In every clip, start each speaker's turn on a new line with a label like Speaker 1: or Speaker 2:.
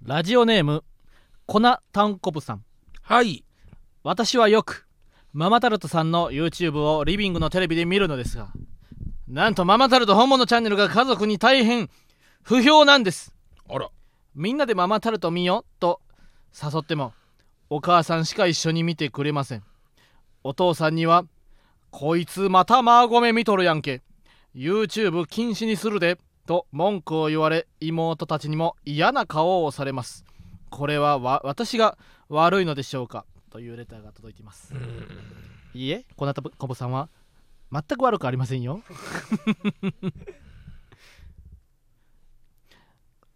Speaker 1: ラジオネームコナタンコブさん
Speaker 2: はい
Speaker 1: 私はよくママタルトさんの YouTube をリビングのテレビで見るのですがなんとママタルト本物チャンネルが家族に大変不評なんです
Speaker 2: あら
Speaker 1: みんなでママタルト見よと誘ってもお母さんしか一緒に見てくれませんお父さんにはこいつまたマーゴメ見とるやんけ YouTube 禁止にするでと文句を言われ妹たちにも嫌な顔をされますこれはわ私が悪いのでしょうかというレターが届いていますいいえこなたこぼさんは全く悪くありませんよ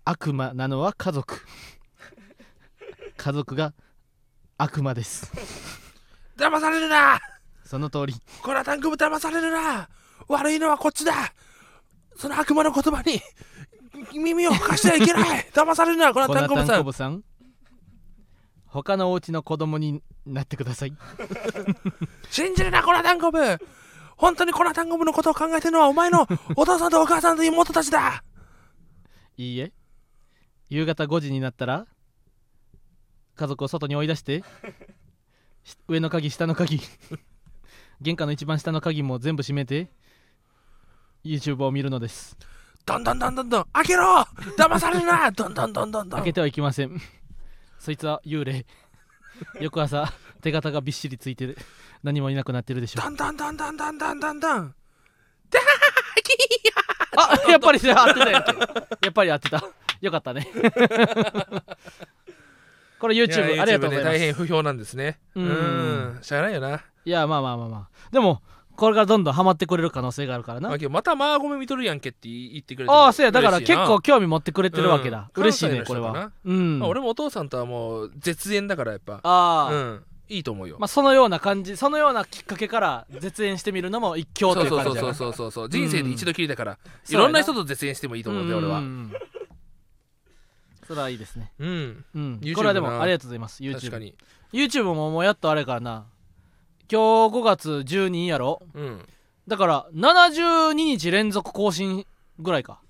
Speaker 1: 悪魔なのは家族家族が悪魔です
Speaker 2: 騙されるな
Speaker 1: その通り
Speaker 2: このタンクも騙されるな悪いのはこっちだその悪魔の言葉に耳を貸してはいけない 騙されるなこの
Speaker 1: コ
Speaker 2: タン
Speaker 1: ナ
Speaker 2: ク
Speaker 1: タ
Speaker 2: も
Speaker 1: ン
Speaker 2: さ
Speaker 1: コ
Speaker 2: ん
Speaker 1: ボさん他のお家の子供になってください
Speaker 2: 信じるな、コナタンコブ本当にコナタンコブのことを考えてるのはお 前のお父さんとお母さんと妹たちだ
Speaker 1: いいえ夕方5時になったら家族を外に追い出してし上の鍵下の鍵玄関の一番下の鍵も全部閉めて YouTube を見るのです
Speaker 2: どんどんどんどんどん開けろ騙されるなどんどんどんどんど
Speaker 1: 開
Speaker 2: ん
Speaker 1: けてはいけませんそいつは幽霊翌朝手形がびっしりついてる何もいなくなってるでしょう
Speaker 2: どんどんどんどんどんどんどんどん
Speaker 1: あやっぱりね合ってたやんけやっぱり合ってたよかったね これ YouTube ありがとうございます
Speaker 2: 大変不評なんですね
Speaker 1: う
Speaker 2: うんんしゃあないよない
Speaker 1: やまあまあまあまあでもこれからどんどんハマってくれる可能性があるからな
Speaker 2: まあけどまたマーゴメ見とるやんけって言ってくれて
Speaker 1: ああそうやだから
Speaker 2: 嬉しい
Speaker 1: 結
Speaker 2: な
Speaker 1: 構興味持ってくれてるわけだ、
Speaker 2: うん
Speaker 1: 嬉しいねこ
Speaker 2: 関西
Speaker 1: れ
Speaker 2: の人かな
Speaker 1: はうん
Speaker 2: まあ俺もお父さんとはもう絶縁だからやっぱ
Speaker 1: ああ、
Speaker 2: うんいいと思うよ
Speaker 1: まあそのような感じそのようなきっかけから絶縁してみるのも一興と
Speaker 2: そ
Speaker 1: いうう
Speaker 2: そ
Speaker 1: 感
Speaker 2: うそ
Speaker 1: じだな
Speaker 2: うそうそうそう人生で一度きりだから
Speaker 1: うん
Speaker 2: いろんな人と絶縁してもいいと思うんで俺は
Speaker 1: んそれはいいですね
Speaker 2: うん
Speaker 1: うん、
Speaker 2: YouTube
Speaker 1: これはで
Speaker 2: な
Speaker 1: もありがとうございます
Speaker 2: 確か
Speaker 1: YouTube,
Speaker 2: に
Speaker 1: YouTube ももうやっとあれからな今日5月12日やろ
Speaker 2: うん
Speaker 1: だから72日連続更新ぐらいか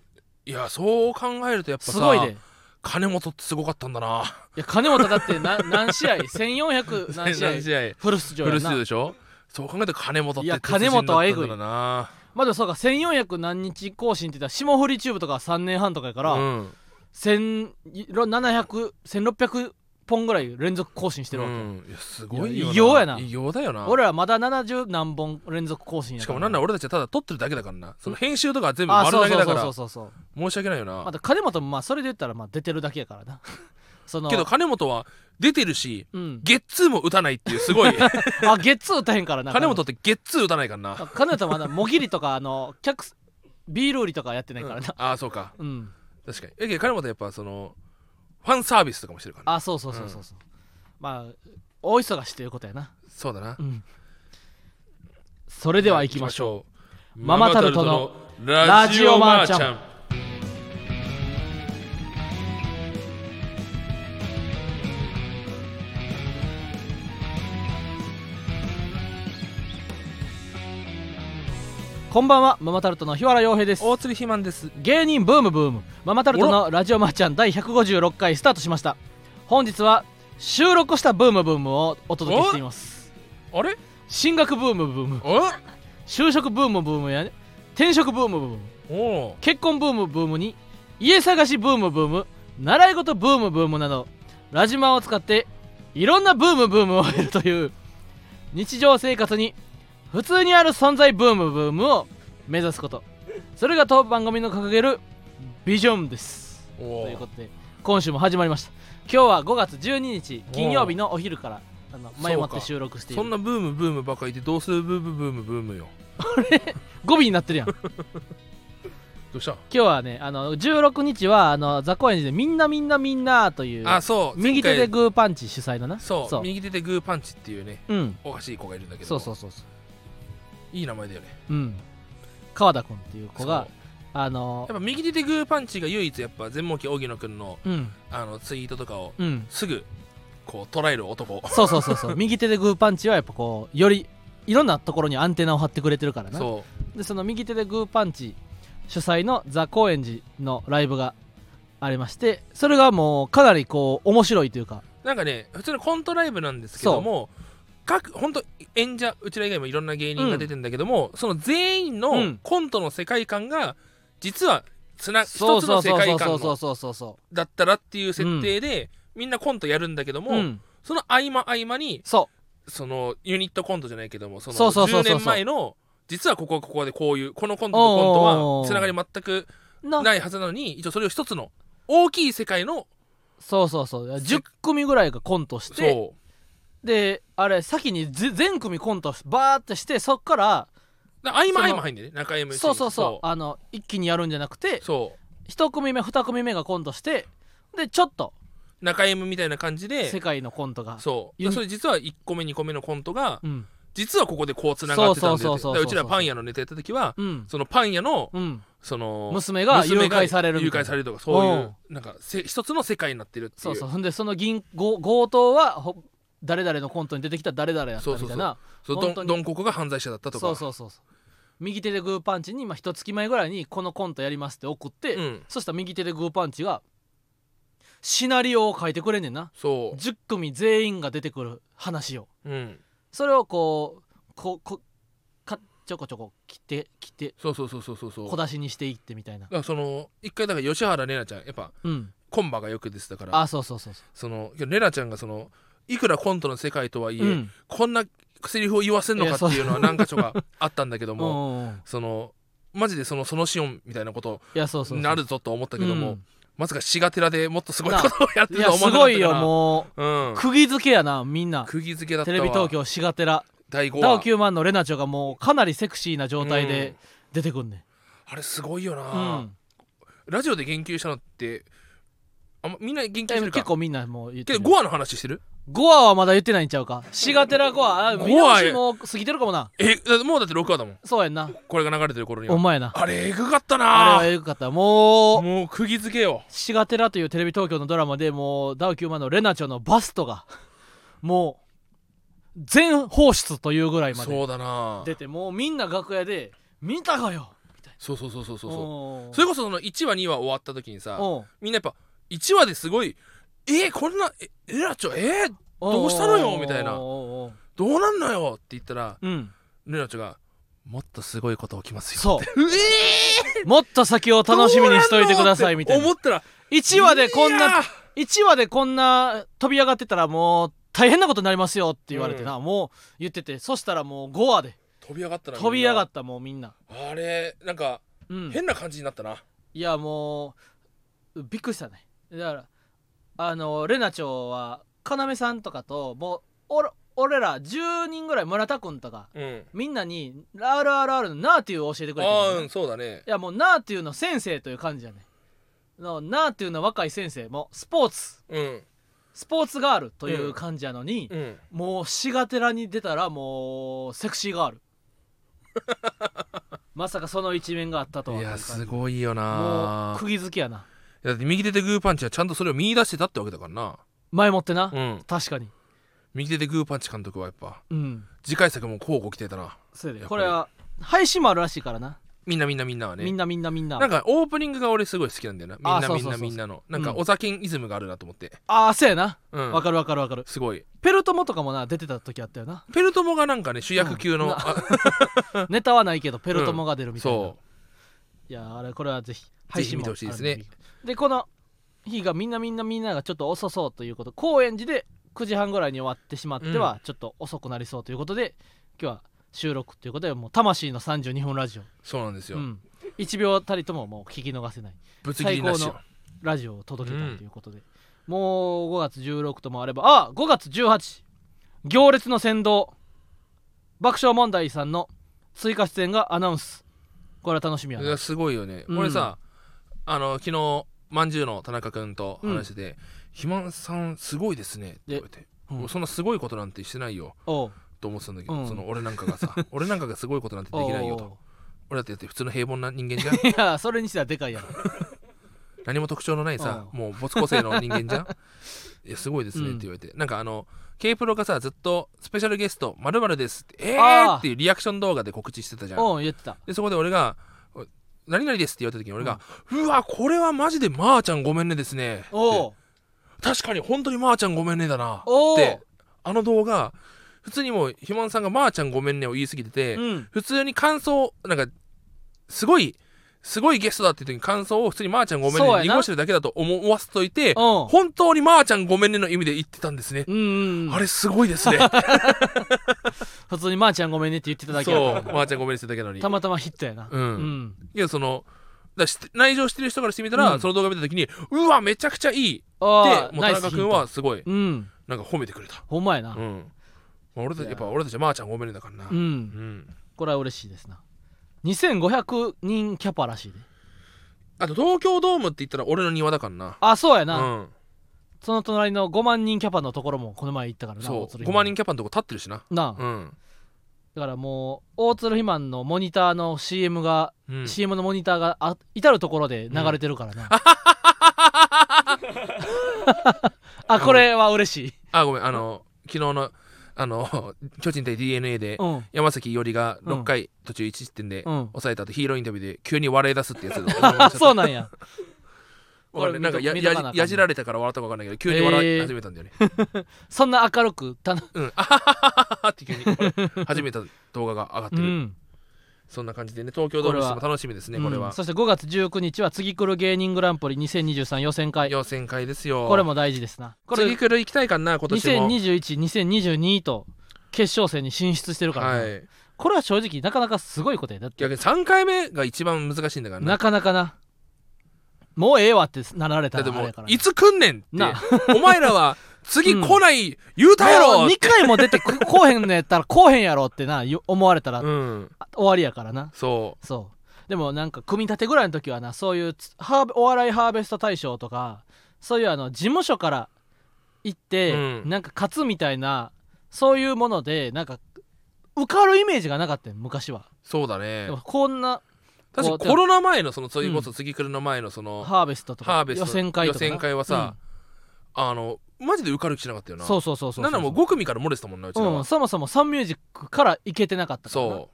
Speaker 2: いやそう考えるとやっぱさ
Speaker 1: すごいで、
Speaker 2: 金本ってすごかったんだない
Speaker 1: や金本だってな 何試合1400何 試合
Speaker 2: 何試合
Speaker 1: フル出場
Speaker 2: フ
Speaker 1: や
Speaker 2: ル
Speaker 1: ん
Speaker 2: 出
Speaker 1: な
Speaker 2: 場でしょそう考えると金本っ
Speaker 1: い
Speaker 2: て
Speaker 1: や
Speaker 2: 鉄
Speaker 1: 金
Speaker 2: 人だっ
Speaker 1: 本は
Speaker 2: た
Speaker 1: えぐい
Speaker 2: んだな
Speaker 1: まあでもそうか1400何日更新って言ったら霜降りチューブとか3年半とかやから、
Speaker 2: うん
Speaker 1: 17001600本ぐらい連続更新してるわ
Speaker 2: う
Speaker 1: け、
Speaker 2: んいやすごいよ
Speaker 1: いや異様やな
Speaker 2: 異様だよな
Speaker 1: 俺らまだ70何本連続更新や
Speaker 2: しかもなんな
Speaker 1: だ
Speaker 2: ら俺たちはただ撮ってるだけだからなその編集とかは全部
Speaker 1: あ
Speaker 2: 丸
Speaker 1: そう
Speaker 2: 投げ
Speaker 1: そう
Speaker 2: だ
Speaker 1: そ
Speaker 2: か
Speaker 1: うそう
Speaker 2: ら
Speaker 1: そうそう
Speaker 2: 申し訳ないよな
Speaker 1: また金本もまあそれで言ったらまあ出てるだけやからな その
Speaker 2: けど金本は出てるし
Speaker 1: うん、
Speaker 2: ゲッツーも打たないっていうすごい
Speaker 1: あゲッツー打たへんからな
Speaker 2: 金本ってゲッツー打たないからな
Speaker 1: あ金本はまだもぎりとかあの客すビール売りとかやってないからな
Speaker 2: ああそうか
Speaker 1: うん、
Speaker 2: 確かにえけど金本はやっぱそのファンサービスとかもしてるからな
Speaker 1: あそうそうそうそうそう、まあ大忙しということやな
Speaker 2: そうだな
Speaker 1: うんそれでは行きましょう
Speaker 2: ょう
Speaker 1: ママタルトのラジオマーちゃんこんばんはママタルトの日原洋平です
Speaker 2: 大釣り肥満です
Speaker 1: 芸人ブームブームママタルトのラジオマーちゃん第156回スタートしました本日は収録したブームブームをお届けしています
Speaker 2: あれ
Speaker 1: 進学ブームブーム
Speaker 2: お
Speaker 1: 就職ブームブームや転職ブームブーム
Speaker 2: お
Speaker 1: 結婚ブームブームに家探しブームブーム習い事ブームブームなどラジマを使っていろんなブームブームを得るという日常生活に普通にある存在ブームブームを目指すことそれが当番組の掲げるビジョンです
Speaker 2: お
Speaker 1: という
Speaker 2: お
Speaker 1: ことで今週も始まりました今日は5月12日金曜日のお昼からあの前もっ
Speaker 2: そう
Speaker 1: て
Speaker 2: か
Speaker 1: 収録してい
Speaker 2: そ
Speaker 1: る
Speaker 2: んなブームブームばっかりいてどうするブームブームブームよ
Speaker 1: 語尾になってるやん今
Speaker 2: どうした
Speaker 1: 日はねあの16日はあの雑魚園寺でみんなみんなみんなという
Speaker 2: あそう
Speaker 1: 右手で
Speaker 2: 前回
Speaker 1: グーパンチ主催のな
Speaker 2: そう
Speaker 1: そう
Speaker 2: 右手でグーパンチっていうね
Speaker 1: うん
Speaker 2: おかしい子がいるんだけど
Speaker 1: そうそううそうそ
Speaker 2: いい名前だよね
Speaker 1: ううん川田君っていう子が
Speaker 2: そう
Speaker 1: あの
Speaker 2: やっぱ右手でグーパンチが唯一やっぱ全盲期荻野くんの
Speaker 1: うん
Speaker 2: あのツイートとかを
Speaker 1: うん
Speaker 2: すぐこう捉える男
Speaker 1: そうそうそうそう 右手でグーパンチはやっぱこうよりいろんなところにアンテナを張ってくれてるからな
Speaker 2: そ
Speaker 1: でその右手でグーパンチ主催のザ・高円寺のライブがありましてそれがもうかなりこう面白いというか
Speaker 2: なんかね普通のコントライブなんですけども各本当演者うちら以外もいろんな芸人が出てんだけども、その全員
Speaker 1: う
Speaker 2: の
Speaker 1: ん
Speaker 2: コントの世界観が実はつな
Speaker 1: そ
Speaker 2: 一
Speaker 1: う
Speaker 2: つ
Speaker 1: そ
Speaker 2: の
Speaker 1: う
Speaker 2: 世
Speaker 1: そうそ
Speaker 2: 界
Speaker 1: うそ
Speaker 2: 観
Speaker 1: うそう
Speaker 2: の
Speaker 1: そうそうそ
Speaker 2: だったらっていう設定で、みんなコントやるんだけども、
Speaker 1: ううん
Speaker 2: その合間合間に
Speaker 1: そ
Speaker 2: そのユニットコントじゃないけどもその
Speaker 1: そうそうそうそ
Speaker 2: 10
Speaker 1: うそう
Speaker 2: 年前の実はここはここでこういうこのコントとコント
Speaker 1: おー
Speaker 2: はつながり全く
Speaker 1: うな
Speaker 2: ないはずなのに一応それを一つの大きい世界の
Speaker 1: そうそうそう10組ぐらいがコントして
Speaker 2: そう
Speaker 1: であれ先にぜ全組コントバーってしてそっから
Speaker 2: だから合間合間入んでね中 MC
Speaker 1: そうそうそうあの一気にやるんじゃなくて
Speaker 2: そう
Speaker 1: 1組目2組目がコントしてでちょっと
Speaker 2: 中 M みたいな感じで
Speaker 1: 世界のコントが
Speaker 2: そう
Speaker 1: ユニ
Speaker 2: それ実は1個目2個目のコントが
Speaker 1: うん
Speaker 2: 実はここでこうつながってたんだよって
Speaker 1: そうそうそうそう
Speaker 2: だからうちらパン屋のネタやった時は
Speaker 1: うん
Speaker 2: そのパン屋の
Speaker 1: うん
Speaker 2: その
Speaker 1: 娘が誘拐される
Speaker 2: 誘
Speaker 1: みたい
Speaker 2: 拐
Speaker 1: な
Speaker 2: されるとかそういうなんかせ一つの世界になってるっていう
Speaker 1: そうそうほんでその銀強強盗はほ誰々のコントに出てきた誰々やった
Speaker 2: そう
Speaker 1: み
Speaker 2: そうそ
Speaker 1: た
Speaker 2: う
Speaker 1: いな
Speaker 2: そう
Speaker 1: 本
Speaker 2: ど
Speaker 1: 当
Speaker 2: ん
Speaker 1: に
Speaker 2: どんここが犯罪者だったとか
Speaker 1: そうそうそうそう右手でグーパンチにまあ一月前ぐらいにこのコントやりますって送って、
Speaker 2: うん
Speaker 1: そしたら右手でグーパンチがシナリオを書いてくれんねんな
Speaker 2: そ
Speaker 1: 10組全員が出てくる話を
Speaker 2: ううん
Speaker 1: それをこうここかちょこちょこ切って切って
Speaker 2: そうそうそうそうそうそう
Speaker 1: 小
Speaker 2: だか
Speaker 1: 出しにしていってみたいな
Speaker 2: らその一回だから吉原玲奈ちゃんやっぱ
Speaker 1: うん
Speaker 2: コンバがよく出てたから
Speaker 1: あそうそうそうそ
Speaker 2: その玲奈ちゃんがそのいくらコントの世界とはいう
Speaker 1: う
Speaker 2: え、
Speaker 1: ん
Speaker 2: こんなセリフを言わせんのかっていうのは何か所 かあったんだけど
Speaker 1: う
Speaker 2: も
Speaker 1: んうんうん
Speaker 2: そのマジでそのそのシオンみたいなこと
Speaker 1: いやそうそうそう
Speaker 2: になるぞと思ったけど
Speaker 1: う
Speaker 2: も、
Speaker 1: ん
Speaker 2: まさかシガテラでもっとすごいことをやって
Speaker 1: い
Speaker 2: ると
Speaker 1: や
Speaker 2: は
Speaker 1: す
Speaker 2: 思わ
Speaker 1: ご
Speaker 2: なかった
Speaker 1: いよ
Speaker 2: か
Speaker 1: も
Speaker 2: らう、、
Speaker 1: うん釘付けやなみんな
Speaker 2: 釘付けだった
Speaker 1: テ
Speaker 2: わ
Speaker 1: レビ東京しがてら
Speaker 2: 第5
Speaker 1: ダウ
Speaker 2: 話
Speaker 1: キューマンのレナチョがもうかなりセクシーな状態
Speaker 2: う
Speaker 1: で
Speaker 2: ん
Speaker 1: 出てくんね
Speaker 2: あれすごいよ
Speaker 1: ん、
Speaker 2: な、
Speaker 1: うん
Speaker 2: ラジオで言及したのってあんまみんな言及して
Speaker 1: え
Speaker 2: るか
Speaker 1: 結構みんなもう言って
Speaker 2: け
Speaker 1: る
Speaker 2: ど5話の話してる
Speaker 1: ゴアはまだ言ってないんちゃうかしがてらゴアあ
Speaker 2: ゴア
Speaker 1: みんなもしもう過ぎてるかもな
Speaker 2: えだもうだって6話だもん
Speaker 1: そうやんな
Speaker 2: これが流れてる頃に
Speaker 1: お
Speaker 2: は
Speaker 1: 前な
Speaker 2: あれえぐかった
Speaker 1: あ
Speaker 2: な
Speaker 1: れはよかったもう
Speaker 2: もう釘付けよ
Speaker 1: しがてらというテレビ東京のドラマでもうダウキューマンのレナチョのバストがもう全放出というぐらいまで
Speaker 2: そうだな
Speaker 1: 出てもうみんな楽屋で見たかよみたいな
Speaker 2: そうそうそうそうそうそう
Speaker 1: そ
Speaker 2: それこそその1話2話終わった時にさ
Speaker 1: おう
Speaker 2: みんなやっぱ1話ですごいえー、こんなええらちょえー、どうしたのよみたいな
Speaker 1: おうおうおう
Speaker 2: どうなんのよって言ったら
Speaker 1: うん
Speaker 2: レナちょがもっとすごいこと起きますよ
Speaker 1: そう
Speaker 2: うえ
Speaker 1: もっと先を
Speaker 2: ー、
Speaker 1: 楽しみにしといてくださいみたい
Speaker 2: 思
Speaker 1: な
Speaker 2: ったら
Speaker 1: 1話でこん
Speaker 2: いや
Speaker 1: な
Speaker 2: ー
Speaker 1: 1話でこんな飛び上がってたらもう大変なことになりますよって言われてな、もう言っててそしたらもう5話で
Speaker 2: 飛び上がったな
Speaker 1: 飛び上が
Speaker 2: っ
Speaker 1: ったもうみんな、
Speaker 2: たあれなんか
Speaker 1: うん、
Speaker 2: 変な感じになったな、
Speaker 1: いやもうびっくりしたねだからあのレナチョは要さんとかともうおら俺ら10人ぐらい村田君とか
Speaker 2: うん
Speaker 1: みんなに「RRR」の「ナーティー」を教えてくれてるんだ
Speaker 2: あ
Speaker 1: よ
Speaker 2: あ
Speaker 1: ね
Speaker 2: うんそうだね
Speaker 1: いやもうナーっていうの先生という感じやねのナーっていうの若い先生もスポーツ
Speaker 2: うん
Speaker 1: スポーツガールという感じやのに、
Speaker 2: うん
Speaker 1: もうしがてらに出たらもうセクシーガー ルまさかその一面があったとはいという
Speaker 2: や
Speaker 1: 感じ
Speaker 2: すごいよ
Speaker 1: もう
Speaker 2: な
Speaker 1: 釘付けやな
Speaker 2: だって右手でグーパンチはちゃんとそれを見出してたってわけだからな
Speaker 1: 前もってな、
Speaker 2: うん
Speaker 1: 確かに
Speaker 2: 右手でグーパンチ監督はやっぱ
Speaker 1: うん
Speaker 2: 次回作もこうご期待だな
Speaker 1: そうやで
Speaker 2: やっぱり
Speaker 1: これは配信もあるらしいからな、
Speaker 2: みんなみんなみんなはね
Speaker 1: みんなみんなみんな
Speaker 2: なんかオープニングが俺すごい好きなんだよなみん
Speaker 1: あ
Speaker 2: な
Speaker 1: そう
Speaker 2: み
Speaker 1: そ
Speaker 2: ん
Speaker 1: うそう
Speaker 2: な
Speaker 1: そう
Speaker 2: みんなのなんか
Speaker 1: うん
Speaker 2: お酒イズムがあるなと思って
Speaker 1: ああそうやな
Speaker 2: う
Speaker 1: わ、
Speaker 2: ん
Speaker 1: かるわかるわかる
Speaker 2: すごい
Speaker 1: ペルトモとかもな出てた時あったよな
Speaker 2: ペルトモがなんかね主役 級
Speaker 1: うん
Speaker 2: の
Speaker 1: な
Speaker 2: あ
Speaker 1: ネタはないけどペルトモが出るみたいな、
Speaker 2: そ
Speaker 1: いやーあれこれはぜひ
Speaker 2: ぜひ見てほしいですね
Speaker 1: 配信もあるんででこの日がみんなみんなみんながちょっと遅そうということ高円寺で9時半ぐらいに終わってしまってはちょっと遅くなりそうということで、今日は収録ということでもう魂の32分ラジオ、
Speaker 2: うそうなんですよ
Speaker 1: うん、1秒たりとももう聞き逃せない
Speaker 2: ぶつ切りなし
Speaker 1: 最
Speaker 2: よ
Speaker 1: 高ラジオを届けたということで、もう5月16ともあればあ5月18行列の先導爆笑問題さんの追加出演がアナウンスこれは楽しみや
Speaker 2: い
Speaker 1: な
Speaker 2: やすごいよね、
Speaker 1: うん
Speaker 2: 俺さあの昨日まんじゅうの田中君と話してて「肥満さんすごいですね」って言われて、
Speaker 1: うん
Speaker 2: もうそんなすごいことなんてしてないよ
Speaker 1: おう
Speaker 2: と思ってたんだけど、
Speaker 1: うん
Speaker 2: その俺なんかがさ 俺なんかがすごいことなんてできないよ
Speaker 1: おう
Speaker 2: と俺だってだって普通の平凡な人間 じゃん
Speaker 1: いやそれにしてはでかいやろ
Speaker 2: 何も特徴のないさ
Speaker 1: う
Speaker 2: もう没個性の人間じゃ んいやすごいですねって言われて、なんかあの K プロがさずっとスペシャルゲストまるですってえ
Speaker 1: あ
Speaker 2: ー
Speaker 1: ー
Speaker 2: っていうリアクション動画で告知してたじゃん
Speaker 1: うん言ってた
Speaker 2: でそこで俺がお何々ですって言われた時に俺が、うわ、これはマジでまーちゃんごめんねですね。
Speaker 1: おう
Speaker 2: 確かに本当にまーちゃんごめんねだな。
Speaker 1: おう
Speaker 2: って、あの動画、普通にもうひまんさんがまーちゃんごめんねを言い過ぎてて、
Speaker 1: うん
Speaker 2: 普通に感想、なんか、すごい、すごいゲストだっていう時に感想を普通にまーちゃんごめん
Speaker 1: そうや
Speaker 2: ね
Speaker 1: な
Speaker 2: 濁してるだけだと思わせとい
Speaker 1: う
Speaker 2: て、
Speaker 1: ん
Speaker 2: 本当にまーちゃんごめんねの意味で言ってたんですね。
Speaker 1: うんうん
Speaker 2: あれすごいですね。
Speaker 1: 普通に「まーちゃんごめんね」って言ってただけや
Speaker 2: そう、
Speaker 1: か
Speaker 2: まーちゃんごめんねしてただけなの
Speaker 1: ら
Speaker 2: に
Speaker 1: た。またまヒットやな
Speaker 2: う。
Speaker 1: うんん
Speaker 2: いや、その、だし内情してる人からしてみたら、
Speaker 1: うん
Speaker 2: その動画見た時に、うわ、めちゃくちゃいいって、
Speaker 1: ああ
Speaker 2: もう田中君はすごい、
Speaker 1: うん
Speaker 2: なんか褒めてくれた。
Speaker 1: ほんまやな
Speaker 2: うん。まあ俺た
Speaker 1: い
Speaker 2: ち、や
Speaker 1: や
Speaker 2: っぱ俺たちはまーちゃんごめんねだからな。
Speaker 1: う
Speaker 2: うんん。
Speaker 1: これは嬉しいですな2500人キャパらしいで
Speaker 2: あと、東京ドームって言ったら俺の庭だからな。
Speaker 1: あそうや
Speaker 2: う。
Speaker 1: なんその隣の5万人キャパのところもこの前行ったからな
Speaker 2: そ
Speaker 1: 大
Speaker 2: う
Speaker 1: 鶴肥
Speaker 2: 5
Speaker 1: 満
Speaker 2: 万人キャパのとこ立ってるしな
Speaker 1: なあ
Speaker 2: うん、
Speaker 1: だからもう大鶴肥満のモニターの CM が
Speaker 2: うん、
Speaker 1: CM のモニターがあ至る所で流れてるからなあこれは嬉しい
Speaker 2: あごめんあの昨日のあの 巨人対 d n a で
Speaker 1: うん
Speaker 2: 山崎伊織が
Speaker 1: うん
Speaker 2: 6回途中1失点で
Speaker 1: うん
Speaker 2: 抑えた後ヒーローインタビューで急に笑い出すってやつ
Speaker 1: あそう
Speaker 2: な
Speaker 1: なんやこれ
Speaker 2: なんかや
Speaker 1: 見とかなあか
Speaker 2: や
Speaker 1: んね
Speaker 2: やじられたから笑ったか分かんないけど急に笑い始めたんだよね、
Speaker 1: そんな明るくたな
Speaker 2: うんあははははって急に笑い始めた動画が上がって
Speaker 1: う
Speaker 2: る、
Speaker 1: ん
Speaker 2: そんな感じでね東京ドームシティも楽しみですねこれ
Speaker 1: う
Speaker 2: は
Speaker 1: ん、そして5月19日は次来る芸人グランプリ2023予選会
Speaker 2: 予選会ですよ
Speaker 1: これも大事ですなこれ
Speaker 2: 次くる行きたいかな今年も
Speaker 1: 20212022と決勝戦に進出してるからな、
Speaker 2: はい
Speaker 1: これは正直なかなかすごいことやだって
Speaker 2: 逆に3回目が一番難しいんだからね
Speaker 1: なかなかなもうええわってなられた
Speaker 2: だっ
Speaker 1: ら
Speaker 2: て
Speaker 1: あ
Speaker 2: も
Speaker 1: れ
Speaker 2: う
Speaker 1: やから
Speaker 2: いつ来んねんって
Speaker 1: な
Speaker 2: お前らは次
Speaker 1: うん
Speaker 2: 来ない言うたやろ
Speaker 1: 2回も出てここうへんのやったらこうへんやろって なよ思われたら
Speaker 2: うん
Speaker 1: 終わりやからな
Speaker 2: そ
Speaker 1: そうでもなんか組み立てぐらいの時はなそういうつハーベお笑いハーベスト大賞とかそういうあの事務所から行って、
Speaker 2: うん
Speaker 1: なんか勝つみたいなそういうものでなんか受かるイメージがなかったよ昔は、
Speaker 2: うそうだ
Speaker 1: で
Speaker 2: ね
Speaker 1: もこんな
Speaker 2: 確か
Speaker 1: こう
Speaker 2: コロナ前のそのそれこ
Speaker 1: う
Speaker 2: そ次来るの前のその
Speaker 1: ハーベストと
Speaker 2: ハ
Speaker 1: か
Speaker 2: ーベスト
Speaker 1: 予選会とかな
Speaker 2: 予選会はさ、あのマジで受かる気しなかったよ
Speaker 1: うん
Speaker 2: な
Speaker 1: そうそうそうそう
Speaker 2: なんならもう5組から漏れてたもんなうちら
Speaker 1: う
Speaker 2: は
Speaker 1: ん、そもそもサンミュージックから行けてなかったからな
Speaker 2: そ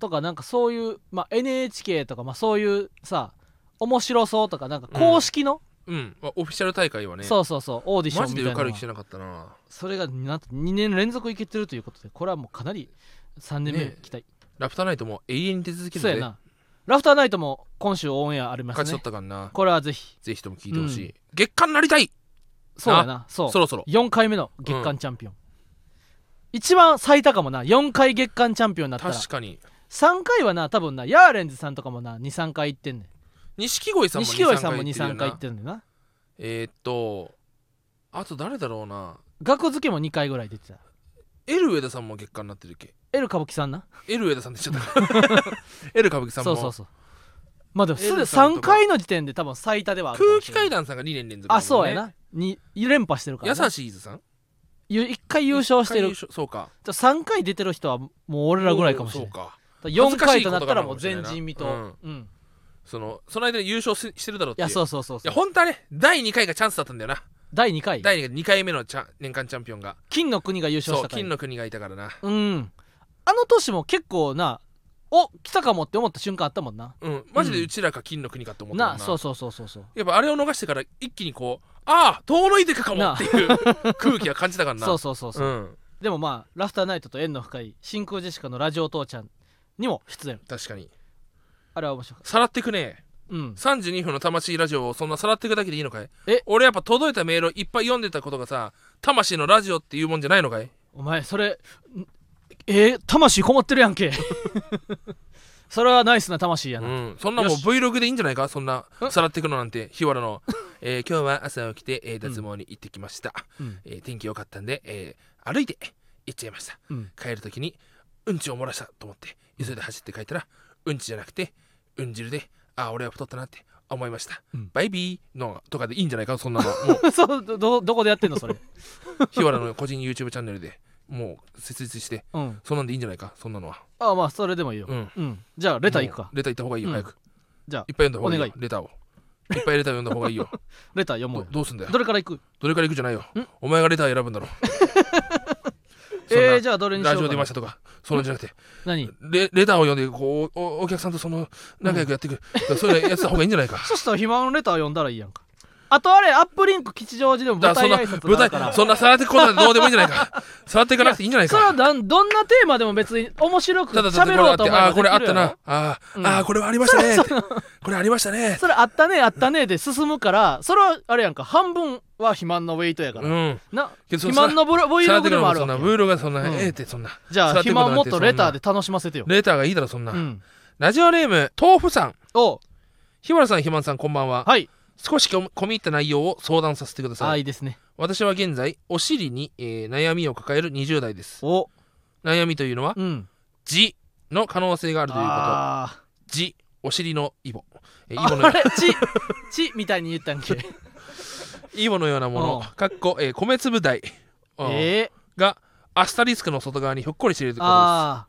Speaker 1: とかなんかそういう、まあ、NHK とか、まあ、そういうさ面白そうとかなんか公式の、
Speaker 2: ううんまあオフィシャル大会はね
Speaker 1: そうそうそうオーディショ
Speaker 2: マ
Speaker 1: ンみ
Speaker 2: ジ
Speaker 1: た
Speaker 2: で
Speaker 1: いな
Speaker 2: 受
Speaker 1: の
Speaker 2: か
Speaker 1: は
Speaker 2: る気しなかったな
Speaker 1: それがなんと2年連続いけてるということでこれはもうかなり3年目
Speaker 2: ね
Speaker 1: 期待、
Speaker 2: ラプターナイトも永遠に出続け
Speaker 1: そう
Speaker 2: る
Speaker 1: や
Speaker 2: で
Speaker 1: なラフターナイトも今週オンエアあります
Speaker 2: 勝ち取
Speaker 1: ね
Speaker 2: ったからな
Speaker 1: これはぜひ
Speaker 2: ぜひとも聞いてほし
Speaker 1: う
Speaker 2: い月間になりたい
Speaker 1: そうやなそう
Speaker 2: そろそろ
Speaker 1: 4回目の月間チャンピオン、一番最多かもな4回月間チャンピオンになったら
Speaker 2: 確かに
Speaker 1: 3回はな多分なヤーレンズさんとかもな23回行ってんね
Speaker 2: 錦鯉さ
Speaker 1: ん
Speaker 2: んも
Speaker 1: 錦鯉さんも
Speaker 2: 23
Speaker 1: 23
Speaker 2: 回
Speaker 1: 回
Speaker 2: 行
Speaker 1: 行
Speaker 2: っ
Speaker 1: っててんねんな
Speaker 2: えー、っとあと誰だろうな
Speaker 1: 額付けも2回ぐらい出てた
Speaker 2: エルウェダさんも月間になってるっけ
Speaker 1: エル歌舞伎さんな
Speaker 2: エルウェダさんって 言っちゃったエル歌舞伎さん
Speaker 1: そ
Speaker 2: も
Speaker 1: うそうそうまあでもすで
Speaker 2: L さん
Speaker 1: 3
Speaker 2: とか
Speaker 1: 回の時点で多分最多ではあるかも
Speaker 2: 空
Speaker 1: し
Speaker 2: 気
Speaker 1: れない
Speaker 2: 階段さんが2年連続だもんね、
Speaker 1: あそうやなに連覇してるから、ね
Speaker 2: 優、しい伊豆さん
Speaker 1: ゆ一回優勝してる
Speaker 2: 一回優勝そうか
Speaker 1: じゃあ3回出てる人はもう俺らぐらいかもしれない
Speaker 2: そうか
Speaker 1: 4回
Speaker 2: 恥ず
Speaker 1: と
Speaker 2: かしい
Speaker 1: な
Speaker 2: こ
Speaker 1: った
Speaker 2: とからも
Speaker 1: もう
Speaker 2: しれな
Speaker 1: 前
Speaker 2: いな
Speaker 1: 人未到、
Speaker 2: う
Speaker 1: うんん
Speaker 2: そのその間に優勝ししてるだろうっ
Speaker 1: い
Speaker 2: ていう
Speaker 1: やそううそうそうそ
Speaker 2: や
Speaker 1: う
Speaker 2: 本当はね第2回がチャンスだったんだよな
Speaker 1: 第2回
Speaker 2: 第 2, 回2回目のチャン年間チャンピオンが
Speaker 1: 金の国が優勝し
Speaker 2: そう
Speaker 1: た回
Speaker 2: 金の国がいたからな
Speaker 1: うんあの年も結構なお来たかもって思った瞬間あったもんな
Speaker 2: うんマジでうちらか金の国かって思ったもん
Speaker 1: なそうそうそうそうそう
Speaker 2: やっぱあれを逃してから一気にこうああ遠のいてくかもっていう 空気は感じたからな
Speaker 1: そうそうそうそううんでもまあラフターナイトと縁の深い真空ジェシカのラジオ父ちゃんにも出演
Speaker 2: 確かに
Speaker 1: あれは面白かっ
Speaker 2: さらってくね
Speaker 1: たうん
Speaker 2: 32分の魂ラジオをそんなさらってくだけでいいのかい
Speaker 1: え
Speaker 2: 俺やっぱ届いたメールをいっぱい読んでたことがさ魂のラジオっていうもんじゃないのかい
Speaker 1: お前それんえー、魂こもってるやん けそれはナイスな魂や
Speaker 2: う
Speaker 1: な、
Speaker 2: んそんなもう
Speaker 1: よし
Speaker 2: Vlog でいいんじゃないかそんなんさらってくのなん て日原の、えー今日は朝起きて、えー脱毛に行ってきました、
Speaker 1: うん
Speaker 2: えー天気良かったんで、えー歩いて行っちゃいました
Speaker 1: うん
Speaker 2: 帰る時にうんちを漏らしたと思って急いで走って帰ったらうんちじゃなくてうん汁でああ俺は太ったなって思いました、
Speaker 1: うん
Speaker 2: バイビーのとかでいいんじゃないかそんなの もう
Speaker 1: そうどどどこでやってんのそれ
Speaker 2: 日原の個人 YouTube チャンネルでもう設立して
Speaker 1: うん
Speaker 2: そんなんでいいんじゃないかそんなのは
Speaker 1: ああまあそれでもいいよ、
Speaker 2: うん
Speaker 1: じゃあレターいくか
Speaker 2: もうレター行った方がいいよ、
Speaker 1: うん
Speaker 2: 早く
Speaker 1: じゃあ
Speaker 2: いっぱい読んだ方がいいよ
Speaker 1: お願
Speaker 2: レターをいっぱいレター読んだ方がいいよ
Speaker 1: レター読もう
Speaker 2: ど
Speaker 1: よ
Speaker 2: どうすんだよ
Speaker 1: どれからいく
Speaker 2: どれから行くじゃないよお前がレター選ぶんだろえそんな
Speaker 1: えー、じゃあどれにしよ
Speaker 2: ラ
Speaker 1: う
Speaker 2: ジ
Speaker 1: か
Speaker 2: オ
Speaker 1: な
Speaker 2: 出ましたとか、そういうんじゃなくて、
Speaker 1: 何
Speaker 2: レレターを読んでこうお、お客さんとその仲良くやっていく、そういうのやってた方がいいんじゃな いか。
Speaker 1: そしたら暇のレター読んだらいいやんかあとあれアップリンク吉祥寺でも
Speaker 2: だ
Speaker 1: 舞
Speaker 2: から
Speaker 1: 台
Speaker 2: そんな
Speaker 1: 挨拶があ
Speaker 2: 舞
Speaker 1: るから
Speaker 2: 台
Speaker 1: そ
Speaker 2: そんなさらってこないどうでもいいんじゃない かさらっていかなくていいんじゃない
Speaker 1: れは
Speaker 2: か
Speaker 1: なんどんなテーマでも別に面白く
Speaker 2: ただだって
Speaker 1: 喋
Speaker 2: これ
Speaker 1: ろ
Speaker 2: あ
Speaker 1: う
Speaker 2: っ
Speaker 1: と
Speaker 2: て
Speaker 1: 思え
Speaker 2: あ
Speaker 1: ば
Speaker 2: ーこれあ
Speaker 1: で
Speaker 2: っ
Speaker 1: きる
Speaker 2: た
Speaker 1: やろ
Speaker 2: なあー、
Speaker 1: うん
Speaker 2: あーこれはありましたねってこれありましたね
Speaker 1: それあったねあったねで進むからそれはあれやんか半分は肥満のウェイトやから、
Speaker 2: うん
Speaker 1: な
Speaker 2: けどそ
Speaker 1: 肥満のボロボイ
Speaker 2: さら
Speaker 1: ロ
Speaker 2: って
Speaker 1: グ
Speaker 2: い
Speaker 1: で
Speaker 2: くの
Speaker 1: もあ
Speaker 2: も
Speaker 1: る
Speaker 2: そんな
Speaker 1: わ
Speaker 2: ブールがそんな、
Speaker 1: うん
Speaker 2: ええってそんな
Speaker 1: じゃあ
Speaker 2: さらっていく
Speaker 1: 肥
Speaker 2: のなん
Speaker 1: 満
Speaker 2: て
Speaker 1: もっとレターで楽しませてよ、
Speaker 2: レターがいいだろそんな、
Speaker 1: うん、
Speaker 2: ラジオネーム豆腐さん
Speaker 1: おう
Speaker 2: 日村さんひまんさんこんばんは
Speaker 1: はい
Speaker 2: 少し込み入った内容を相談させてくだ
Speaker 1: あ
Speaker 2: さ
Speaker 1: あい
Speaker 2: い
Speaker 1: いですね
Speaker 2: 私は現在お尻に、えー悩みを抱える20代です
Speaker 1: お
Speaker 2: 悩みというのは
Speaker 1: うん
Speaker 2: 痔の可能性があるというこ
Speaker 1: あ
Speaker 2: と痔お尻のイボえーイボのよう
Speaker 1: ー
Speaker 2: な
Speaker 1: あれちちみたいに言ったん け
Speaker 2: イボのようなもの
Speaker 1: う、
Speaker 2: かっこ、えー米粒大、うん
Speaker 1: ええ
Speaker 2: がアスタリスクの外側にひょっこりしているというこ
Speaker 1: ああ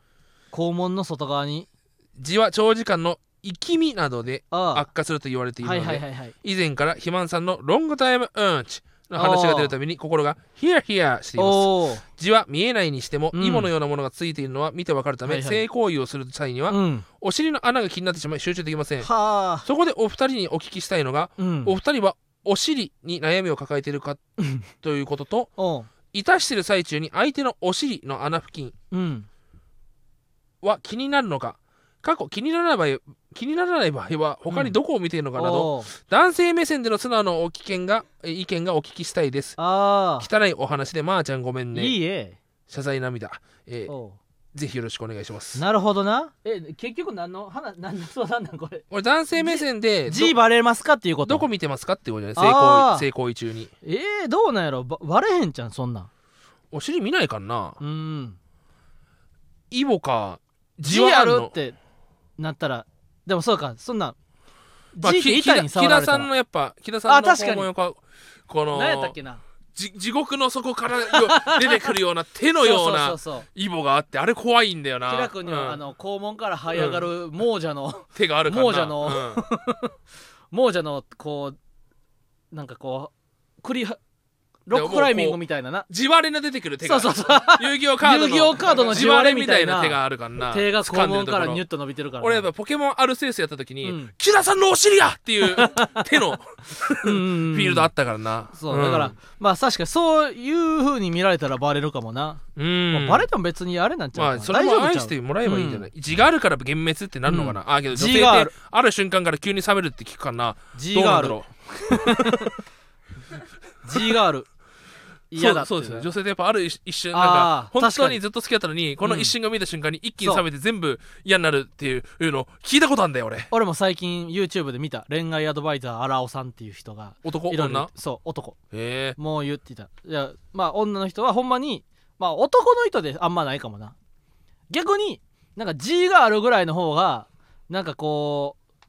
Speaker 1: 肛門の外側に
Speaker 2: とです。痔は長時間の生き身などで
Speaker 1: あ
Speaker 2: 悪化すると言われて
Speaker 1: あ
Speaker 2: いるの
Speaker 1: は
Speaker 2: で、
Speaker 1: いはいはいはい
Speaker 2: 以前から肥満さんのロングタイムうんちの話が出るたびに心がヒヤヒヤしています。
Speaker 1: おお
Speaker 2: 痔は見えないにしても、
Speaker 1: うん
Speaker 2: イボのようなものがついているのは見てわかるため、
Speaker 1: はいはい
Speaker 2: 性行為をする際には、
Speaker 1: うん
Speaker 2: お尻の穴が気になってしまい集中できません。
Speaker 1: はあ
Speaker 2: そこでお二人にお聞きしたいのが、
Speaker 1: うん
Speaker 2: お二人はお尻に悩みを抱えているか
Speaker 1: うん
Speaker 2: ということと、
Speaker 1: おう
Speaker 2: いたしてる最中に相手のお尻の穴付近
Speaker 1: うん
Speaker 2: は気になるのか過去気にならない場合気にならない場合は他にどこを見ているのかなど、
Speaker 1: おう
Speaker 2: 男性目線での素直なお危険がえ意見がお聞きしたいです
Speaker 1: ああ
Speaker 2: 汚いお話でまー、ちゃんごめんね
Speaker 1: いいえ
Speaker 2: 謝罪涙、えー
Speaker 1: おう
Speaker 2: ぜひよろしくお願いします
Speaker 1: なるほどなえ結局何の話何の相談なん これ
Speaker 2: これ男性目線で
Speaker 1: G
Speaker 2: ど
Speaker 1: バレますかっていうこと
Speaker 2: どこ見てますかっていうことじゃ
Speaker 1: あ
Speaker 2: ない
Speaker 1: ー
Speaker 2: 性行為性行為中に
Speaker 1: えー、どうなんやろばバレへんじゃんそんなん
Speaker 2: お尻見ないかな
Speaker 1: うん
Speaker 2: イボか
Speaker 1: 字
Speaker 2: じわ
Speaker 1: や
Speaker 2: あん
Speaker 1: る
Speaker 2: の
Speaker 1: ってなったらでもそうかそんなん
Speaker 2: まあ
Speaker 1: 字
Speaker 2: き
Speaker 1: って
Speaker 2: 木
Speaker 1: 板
Speaker 2: 田
Speaker 1: に
Speaker 2: 木
Speaker 1: 触ら
Speaker 2: 田
Speaker 1: れ
Speaker 2: さ
Speaker 1: た
Speaker 2: ん
Speaker 1: ら
Speaker 2: のやっぱ木田さん
Speaker 1: あ
Speaker 2: の
Speaker 1: 確かに
Speaker 2: 訪問かこの
Speaker 1: 何やったっけな
Speaker 2: じ地獄の底からよ出てくるような手のよう
Speaker 1: そ
Speaker 2: な
Speaker 1: うそうそうそう
Speaker 2: イボがあってあれ怖いんだよな
Speaker 1: キラ君には、
Speaker 2: うん
Speaker 1: あの肛門から這い上がる亡者の、
Speaker 2: 手があるからな
Speaker 1: 亡者の
Speaker 2: うん
Speaker 1: 亡者のこうなんかこうクリハロッククライミングみたいなな
Speaker 2: 地割れの出てくる手
Speaker 1: そ
Speaker 2: が
Speaker 1: うそうそう
Speaker 2: 遊戯王カードの
Speaker 1: 遊戯王カードの地割れみたいな
Speaker 2: 地割れみたいな手があるからな
Speaker 1: 手が
Speaker 2: 掴
Speaker 1: 肛
Speaker 2: んで
Speaker 1: 門
Speaker 2: る
Speaker 1: か
Speaker 2: とこ
Speaker 1: ら
Speaker 2: ろ
Speaker 1: ニュッと伸びてるからな
Speaker 2: 俺やっぱポケモンアルセウスやった時に、
Speaker 1: うん
Speaker 2: 木田さんのお尻やっていう手の
Speaker 1: うんうんうん
Speaker 2: フィールドあったからな、
Speaker 1: そうだから、まあ確かにそういう風に見られたらバレるかもな、
Speaker 2: うん、
Speaker 1: まあ、バレても別にあれなんちゃう
Speaker 2: ま
Speaker 1: かな、
Speaker 2: あそれも
Speaker 1: 大丈
Speaker 2: 愛
Speaker 1: 夫ちゃう
Speaker 2: してもらえばいいんじゃない、字があるから幻滅ってなるのかな、ああけど女性
Speaker 1: 字があ
Speaker 2: って
Speaker 1: る
Speaker 2: ある瞬間から急に冷めるって聞くからな
Speaker 1: G
Speaker 2: どう
Speaker 1: が
Speaker 2: な
Speaker 1: あ
Speaker 2: んだ
Speaker 1: る
Speaker 2: ろう
Speaker 1: G があ る嫌だって
Speaker 2: そうそうです
Speaker 1: な
Speaker 2: ね女性ってやっぱある一瞬なん
Speaker 1: あ
Speaker 2: か
Speaker 1: ー
Speaker 2: 本
Speaker 1: 確か
Speaker 2: 当
Speaker 1: に
Speaker 2: にずっと付き合ったのにこの一瞬が見えた瞬間に一気
Speaker 1: そ
Speaker 2: に
Speaker 1: う
Speaker 2: 冷めて全部嫌になるっていういうのを聞いたことあるんだよ俺
Speaker 1: 俺も最近 YouTube で見た恋愛アドバイザー荒尾さんっていう人が
Speaker 2: 男
Speaker 1: いろいろ
Speaker 2: 女
Speaker 1: そう男
Speaker 2: へえ
Speaker 1: もう言ってたいやまあ女の人はほんまにまあ男の人であんまないかもな逆になんか G があるぐらいの方がなんかこう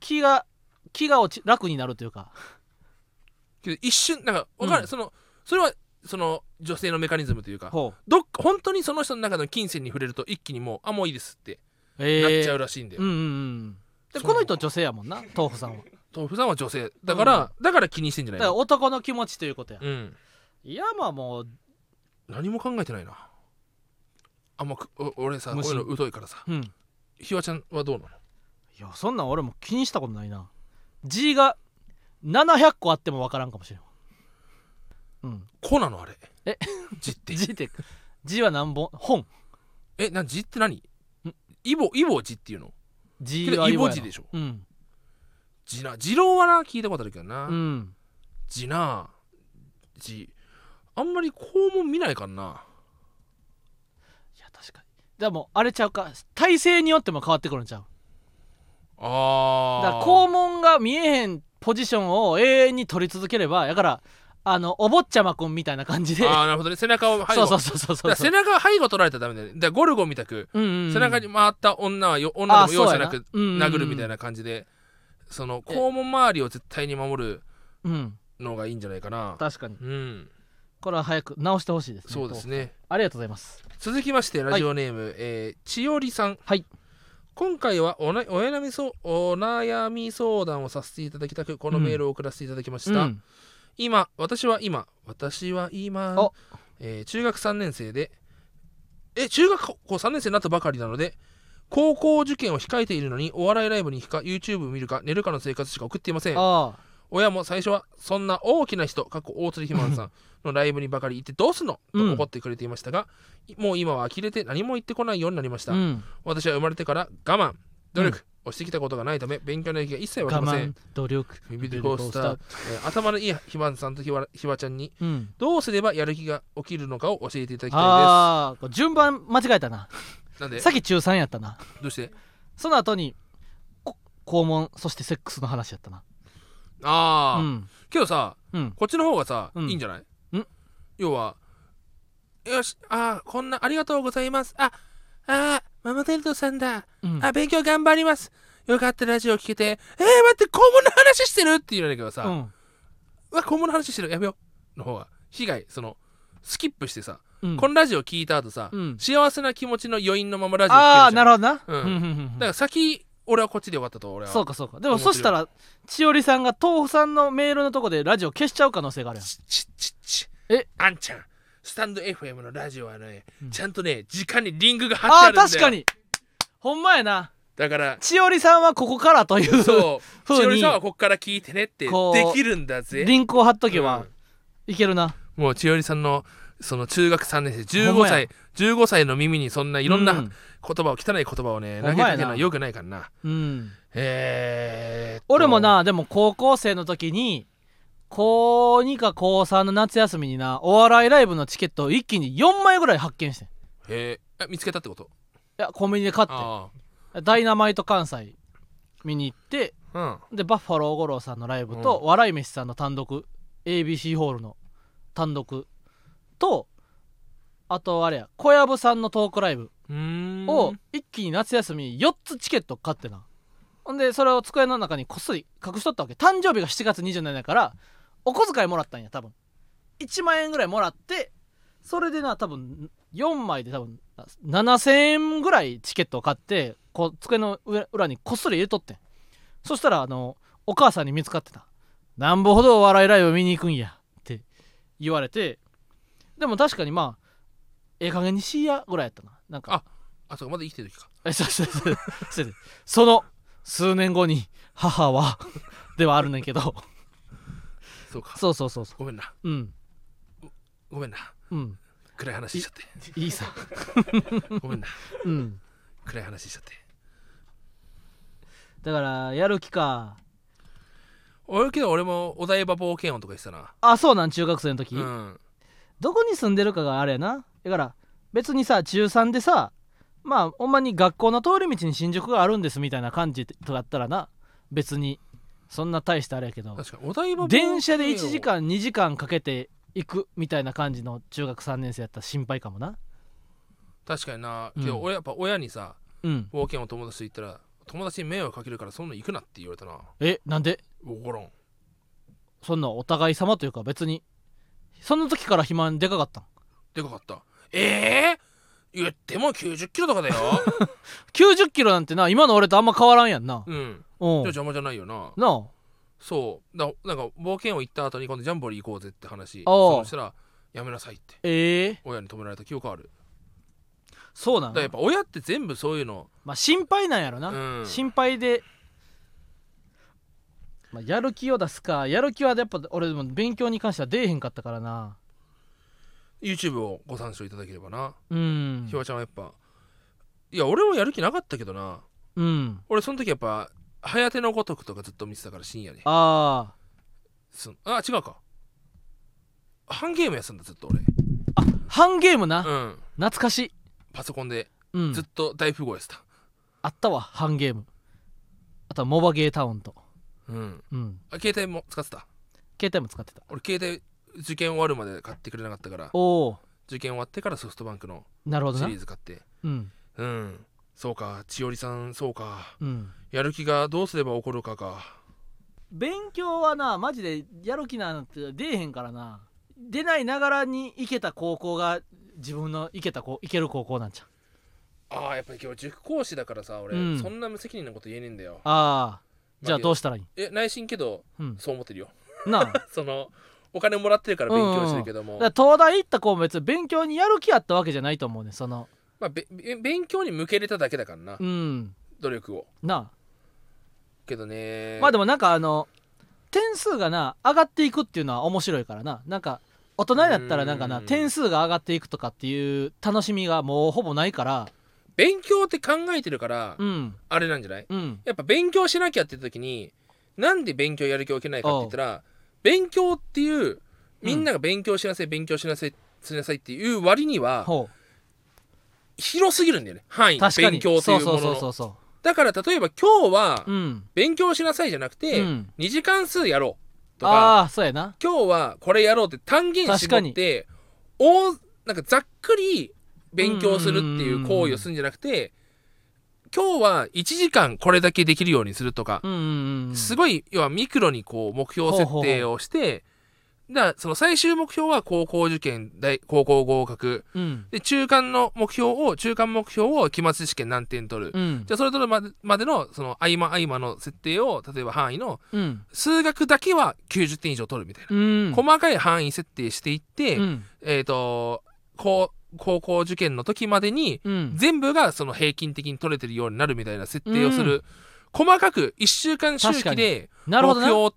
Speaker 1: 気が気が落ち楽になるというか
Speaker 2: けど一瞬なんかわかる、
Speaker 1: うん
Speaker 2: そのそれはその女性のメカニズムというか
Speaker 1: ほう
Speaker 2: どっ本当にその人の中の金銭に触れると一気にもうあもういいですって
Speaker 1: え
Speaker 2: なっ
Speaker 1: え
Speaker 2: ちゃうらしいんだよ、
Speaker 1: うんうんうんで
Speaker 2: そう
Speaker 1: この人女性やもん な豆腐さんは
Speaker 2: と普段は女性だから、だから気にしてんじゃ
Speaker 1: だか
Speaker 2: な
Speaker 1: ら
Speaker 2: いの
Speaker 1: 男の気持ちということや、
Speaker 2: うん
Speaker 1: いやまあもう
Speaker 2: 何も考えてないなあんまくお俺さこ
Speaker 1: 無
Speaker 2: うい
Speaker 1: 心
Speaker 2: うの疎いからさ
Speaker 1: うん
Speaker 2: ひわちゃんはどうなの
Speaker 1: いやそんなん俺も気にしたことないな G が700個あっても分からんかもしれんうん
Speaker 2: こうなのあれ
Speaker 1: え
Speaker 2: じって
Speaker 1: G って G は何本本
Speaker 2: えな字って何イボイボ字っていうの
Speaker 1: G
Speaker 2: け
Speaker 1: は
Speaker 2: どイボ
Speaker 1: や
Speaker 2: 字
Speaker 1: な
Speaker 2: でしょ
Speaker 1: うん
Speaker 2: 字な字郎はな聞いたことあるけどな、
Speaker 1: うん
Speaker 2: 字な字あんまり肛門見ないからない
Speaker 1: や確かにでもあれちゃうか体勢によっても変わってくるんちゃう
Speaker 2: あ
Speaker 1: だ
Speaker 2: ー
Speaker 1: から肛門が見えへんポジションを永遠に取り続ければやからあのお坊ちゃまくんみたいな感じで
Speaker 2: あーなるほどね背中を背後
Speaker 1: そうそうそうそうそ
Speaker 2: だ
Speaker 1: う
Speaker 2: から背中を背後取られたらダメだよねだからゴルゴみたく、
Speaker 1: うんうんうん
Speaker 2: 背中に回った女はよ
Speaker 1: あ
Speaker 2: 女
Speaker 1: ー
Speaker 2: で
Speaker 1: そ
Speaker 2: も容
Speaker 1: う
Speaker 2: 赦
Speaker 1: や
Speaker 2: なく
Speaker 1: うんうんうん
Speaker 2: 殴るみたいな感じでその肛門周りを絶対に守る
Speaker 1: うん
Speaker 2: のがいいんじゃないかな
Speaker 1: 確かに
Speaker 2: うん
Speaker 1: これは早く直してほしいですね
Speaker 2: そうですね
Speaker 1: ありがとうございます
Speaker 2: 続きましてラジオネーム、えー千織さん
Speaker 1: はい
Speaker 2: 今回はおなお悩みそうお悩み相談をさせていただきたくこのメールを送らせていただきました、
Speaker 1: うん
Speaker 2: 今私は今私は今
Speaker 1: お、
Speaker 2: えー中学3年生でえ中学校3年生になったばかりなので高校受験を控えているのにお笑いライブに行くか YouTube を見るか寝るかの生活しか送っていません
Speaker 1: ああ
Speaker 2: 親も最初はそんな大きな人過去大鶴ひまわりさんのライブにばかり行ってどうすんの
Speaker 1: うん
Speaker 2: と怒ってくれていましたが、もう今は呆れて何も言ってこないようになりました、
Speaker 1: うん
Speaker 2: 私は生まれてから我慢努力をしてきたことがないため勉強の益が一切わか
Speaker 1: 我
Speaker 2: りません
Speaker 1: 慢努力
Speaker 2: ビビリコースターえー頭のいいひまわりさんとひわひわちゃんに
Speaker 1: うん
Speaker 2: どうすればやる気が起きるのかを教えていただきた
Speaker 1: ああ順番間違えたない
Speaker 2: ですなんで
Speaker 1: さっき中3やったな
Speaker 2: どうして
Speaker 1: その後にこ肛門そしてセックスの話やったな
Speaker 2: ああ、
Speaker 1: うん
Speaker 2: けどさ
Speaker 1: うん
Speaker 2: こっちの方がさ、
Speaker 1: うん
Speaker 2: いいんじゃない
Speaker 1: ん
Speaker 2: 要はよしあーこんなありがとうございますああーママテルトさんだ
Speaker 1: うん
Speaker 2: あ勉強頑張りますよかったラジオ聞けてえー、待って肛門の話してるって言われるけどさ、
Speaker 1: う
Speaker 2: うんわ肛門の話してるやめようの方が被害そのスキップしてさ、
Speaker 1: うん
Speaker 2: このラジオ聞いた後さ、
Speaker 1: うん
Speaker 2: 幸せな気持ちの余韻のままラジオ聞けるじゃん
Speaker 1: ああなるほどな
Speaker 2: うん
Speaker 1: うんうんうん
Speaker 2: だから先俺はこっちで終わったと俺は
Speaker 1: そうかそうかでもそしたら千織さんが豆腐さんのメールのとこでラジオ消しちゃう可能性があるやん
Speaker 2: ちちちち
Speaker 1: え
Speaker 2: あんちゃんスタンド FM のラジオはね、
Speaker 1: うん
Speaker 2: ちゃんとね時間にリングが貼って
Speaker 1: あ
Speaker 2: あ
Speaker 1: あ
Speaker 2: るんだよ
Speaker 1: 確かにほんまやな
Speaker 2: だから
Speaker 1: 千織さんはここからという
Speaker 2: そう
Speaker 1: ふうに
Speaker 2: しおりさんはこっから聞いてねってで
Speaker 1: こう
Speaker 2: きるんだぜ
Speaker 1: リンクを貼っとけ
Speaker 2: う
Speaker 1: ば
Speaker 2: ん
Speaker 1: いけるな
Speaker 2: もう千織さんのその中学3年生
Speaker 1: ほん
Speaker 2: 15
Speaker 1: まや
Speaker 2: 歳15歳の耳にそんないろんな
Speaker 1: う
Speaker 2: 言葉を、汚い言葉をね
Speaker 1: ほ
Speaker 2: 投
Speaker 1: ん
Speaker 2: げ
Speaker 1: まやな
Speaker 2: かけるのはよくないからな
Speaker 1: うん
Speaker 2: えーっと
Speaker 1: 俺もなでも高校生の時に高2か高3の夏休みになお笑いライブのチケットを一気に4枚ぐらい発見してんい
Speaker 2: えーえ見つけたってこと
Speaker 1: やコンビニで買っ
Speaker 2: あ
Speaker 1: てダイナマイト関西見に行って
Speaker 2: あ
Speaker 1: でバッファロー五郎さんのライブと、
Speaker 2: う
Speaker 1: 笑い飯さんの単独 ABC ホールの単独とあとあれや小籔さんのトークライブ
Speaker 2: うんうーん
Speaker 1: を一気に夏休みに4つチケット買ってなほんでそれを机の中にこっそり隠しとったわけ誕生日が7月27日やからお小遣いもらったんや多分1万円ぐらいもらってそれでな多分4枚で多分7000円ぐらいチケットを買ってこう机の裏裏にこっそり入れとってんそしたらあのお母さんに見つかってた「なんぼほどお笑いライブ見に行くんや」って言われてでも確かにまあええ加減にしいやぐらいやったななんか
Speaker 2: ああそうかまだ生きてる時か
Speaker 1: えそうそうそうそうですその数年後に母はではあるねんけど
Speaker 2: そうか
Speaker 1: そうそうそうそ
Speaker 2: ごめんな
Speaker 1: ううん
Speaker 2: ごめんな
Speaker 1: うん
Speaker 2: 暗い話しちゃって
Speaker 1: いいさ
Speaker 2: ごめんな
Speaker 1: うん
Speaker 2: 暗い話しちゃって
Speaker 1: だからやる気か
Speaker 2: 俺けど俺もお台場冒険王とか言ってたな
Speaker 1: あそうなん中学生の時、
Speaker 2: うん
Speaker 1: どこに住んでるかがあれやなだから別にさ中3でさまあほんまに学校の通り道に新宿があるんですみたいな感じとかだったらな別にそんな大したあれやけど
Speaker 2: 確かにお台場冒険王
Speaker 1: 電車で1時間2時間かけて行くみたいな感じの中学3年生やったら心配かもな
Speaker 2: 確かにな
Speaker 1: うん
Speaker 2: けど俺やっぱ親にさ
Speaker 1: うん
Speaker 2: 冒険王友達と行ったら友達に迷惑かけるからそんなの行くなって言われたな
Speaker 1: えなんで
Speaker 2: 分からん
Speaker 1: そんなお互い様というか別にその時から肥満でかかったん
Speaker 2: でかかったええ言っても90キロとか だよ
Speaker 1: 9 0キロなんてな今の俺とあんま変わらんやんな
Speaker 2: うん
Speaker 1: うん
Speaker 2: じゃ邪魔じゃないよな
Speaker 1: なあ
Speaker 2: そうだなんか冒険王行った後に今度ジャンボリー行こうぜって話
Speaker 1: おう
Speaker 2: そうしたらやめなさいって
Speaker 1: ええ
Speaker 2: 親に止められた記憶ある
Speaker 1: そうな
Speaker 2: だからやっ
Speaker 1: の
Speaker 2: ぱ親って全部そういうの
Speaker 1: まあ心配なんやろな、
Speaker 2: うん
Speaker 1: 心配で、まあ、やる気を出すかやる気はやっぱ俺でも勉強に関しては出えへんかったからな
Speaker 2: YouTube をご参照いただければな
Speaker 1: うん
Speaker 2: ひわちゃんはやっぱいや俺もやる気なかったけどな
Speaker 1: うん
Speaker 2: 俺その時やっぱ「早手のごとく」とかずっと見てたから深夜に
Speaker 1: あ
Speaker 2: そあ違うかハンゲームやってたんだずっと俺
Speaker 1: ーあハンゲームな、
Speaker 2: うん
Speaker 1: 懐かしい、
Speaker 2: パソコンで
Speaker 1: うん
Speaker 2: ずっ、と大富豪やってた
Speaker 1: あったわハンゲームあとはモバゲータウンと、
Speaker 2: うん
Speaker 1: うん、
Speaker 2: あ携帯も使ってた
Speaker 1: 携帯も使ってた
Speaker 2: 俺携帯受験終わるまで買ってくれなかったから
Speaker 1: おお
Speaker 2: 受験終わってからソフトバンクの
Speaker 1: なるほど
Speaker 2: シ
Speaker 1: な
Speaker 2: リーズ買って
Speaker 1: うん
Speaker 2: うんそうか千織さんそうか
Speaker 1: うん
Speaker 2: やる気がどうすれば起こるかか
Speaker 1: 勉強はなマジでやる気なんて出えへんからな出ないながらに行けた高校が自分の行けたこ行ける高校なんちゃう
Speaker 2: ああやっぱり今日塾講師だからさ俺、
Speaker 1: うん
Speaker 2: そんな無責任なこと言えねえんだよ
Speaker 1: ああじゃあどうしたらいい
Speaker 2: え内心けど
Speaker 1: うん
Speaker 2: そう思ってるよ
Speaker 1: なあだか
Speaker 2: そのお金もらってるから勉強してるけども、
Speaker 1: ら東大行った子も別に勉強にやる気あったわけじゃないと思うねんその
Speaker 2: まあ、べべ勉強に向けれただけだからな、
Speaker 1: うん
Speaker 2: 努力を
Speaker 1: な
Speaker 2: けどね
Speaker 1: あまあでもなんかあの点数がな上がっていくっていうのは面白いからななんか大人になったらなんか
Speaker 2: う
Speaker 1: なん点数が上がっていくとかっていう楽しみがもうほぼないから
Speaker 2: 勉強って考えてるから、
Speaker 1: うん
Speaker 2: あれなんじゃない
Speaker 1: うん
Speaker 2: やっぱ勉強しなきゃって時になんで勉強やる気起きないかって言ったら勉強っていうみんなが勉強しなさい、勉強しなさいしなさいっていう割には
Speaker 1: ほ
Speaker 2: 広すぎるんだよね範
Speaker 1: う
Speaker 2: 囲
Speaker 1: 確かに
Speaker 2: 勉強というものの
Speaker 1: そうそうそうそ
Speaker 2: だから例えば今日は
Speaker 1: ううん
Speaker 2: 勉強しなさいじゃなくて、
Speaker 1: うん
Speaker 2: 2時間数やろうとか
Speaker 1: ああーそうやな
Speaker 2: 今日はこれやろうって単元絞っておなんかざっくり勉強するっていう行為をするんじゃなくて今日は1時間これだけできるようにするとか
Speaker 1: う、んうんうん
Speaker 2: す
Speaker 1: い
Speaker 2: ごい要はミクロにこう目標設定をしてだからその最終目標は高校受験大高校合格
Speaker 1: うん
Speaker 2: で中間の目標を中間目標を期末試験何点取る、
Speaker 1: うん
Speaker 2: じゃあそれとまでまでのその合間合間の設定を例えば範囲の
Speaker 1: うん
Speaker 2: 数学だけは90点以上取るみたいな。
Speaker 1: うん
Speaker 2: 細かい範囲設定していって、
Speaker 1: うん
Speaker 2: えっ、と高高校受験の時までに
Speaker 1: うん
Speaker 2: 全部がその平均的に取れてるようになるみたいな設定をする、細かく1週間周期
Speaker 1: 確か
Speaker 2: で
Speaker 1: な
Speaker 2: 目
Speaker 1: るほど
Speaker 2: 標
Speaker 1: な
Speaker 2: を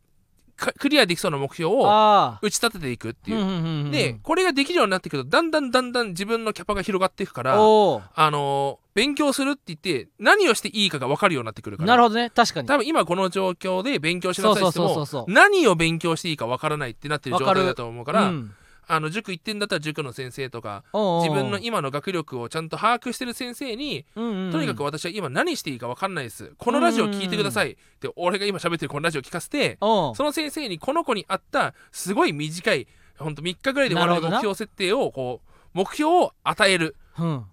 Speaker 2: かクリアできそうな目標を
Speaker 1: ああ
Speaker 2: 打ち立てていくっていう。
Speaker 1: う
Speaker 2: でこれができるようになってくるとだんだんだんだん自分のキャパが広がっていくから、
Speaker 1: おお
Speaker 2: あのー勉強するって言って何をしていいかが分かるようになってくるから
Speaker 1: なるほどね確かに
Speaker 2: 多分今この状況で勉強しなさいって
Speaker 1: そうそうそう
Speaker 2: も
Speaker 1: そうそう
Speaker 2: 何を勉強していいか分からないってなってる状態だと思うから、
Speaker 1: うん
Speaker 2: あの塾行ってんだったら塾の先生とか
Speaker 1: おうおうおう
Speaker 2: 自分の今の学力をちゃんと把握してる先生に、
Speaker 1: うんうんうん
Speaker 2: とにかく私は今何していいか分かんないですこのラジオ聞いてくださいって俺が今喋ってるこのラジオ聞かせて
Speaker 1: おう
Speaker 2: その先生にこの子に合ったすごい短いほんと3日ぐらいで終わ
Speaker 1: なるほ
Speaker 2: る
Speaker 1: どな
Speaker 2: 目標設定をこう目標を与える
Speaker 1: うん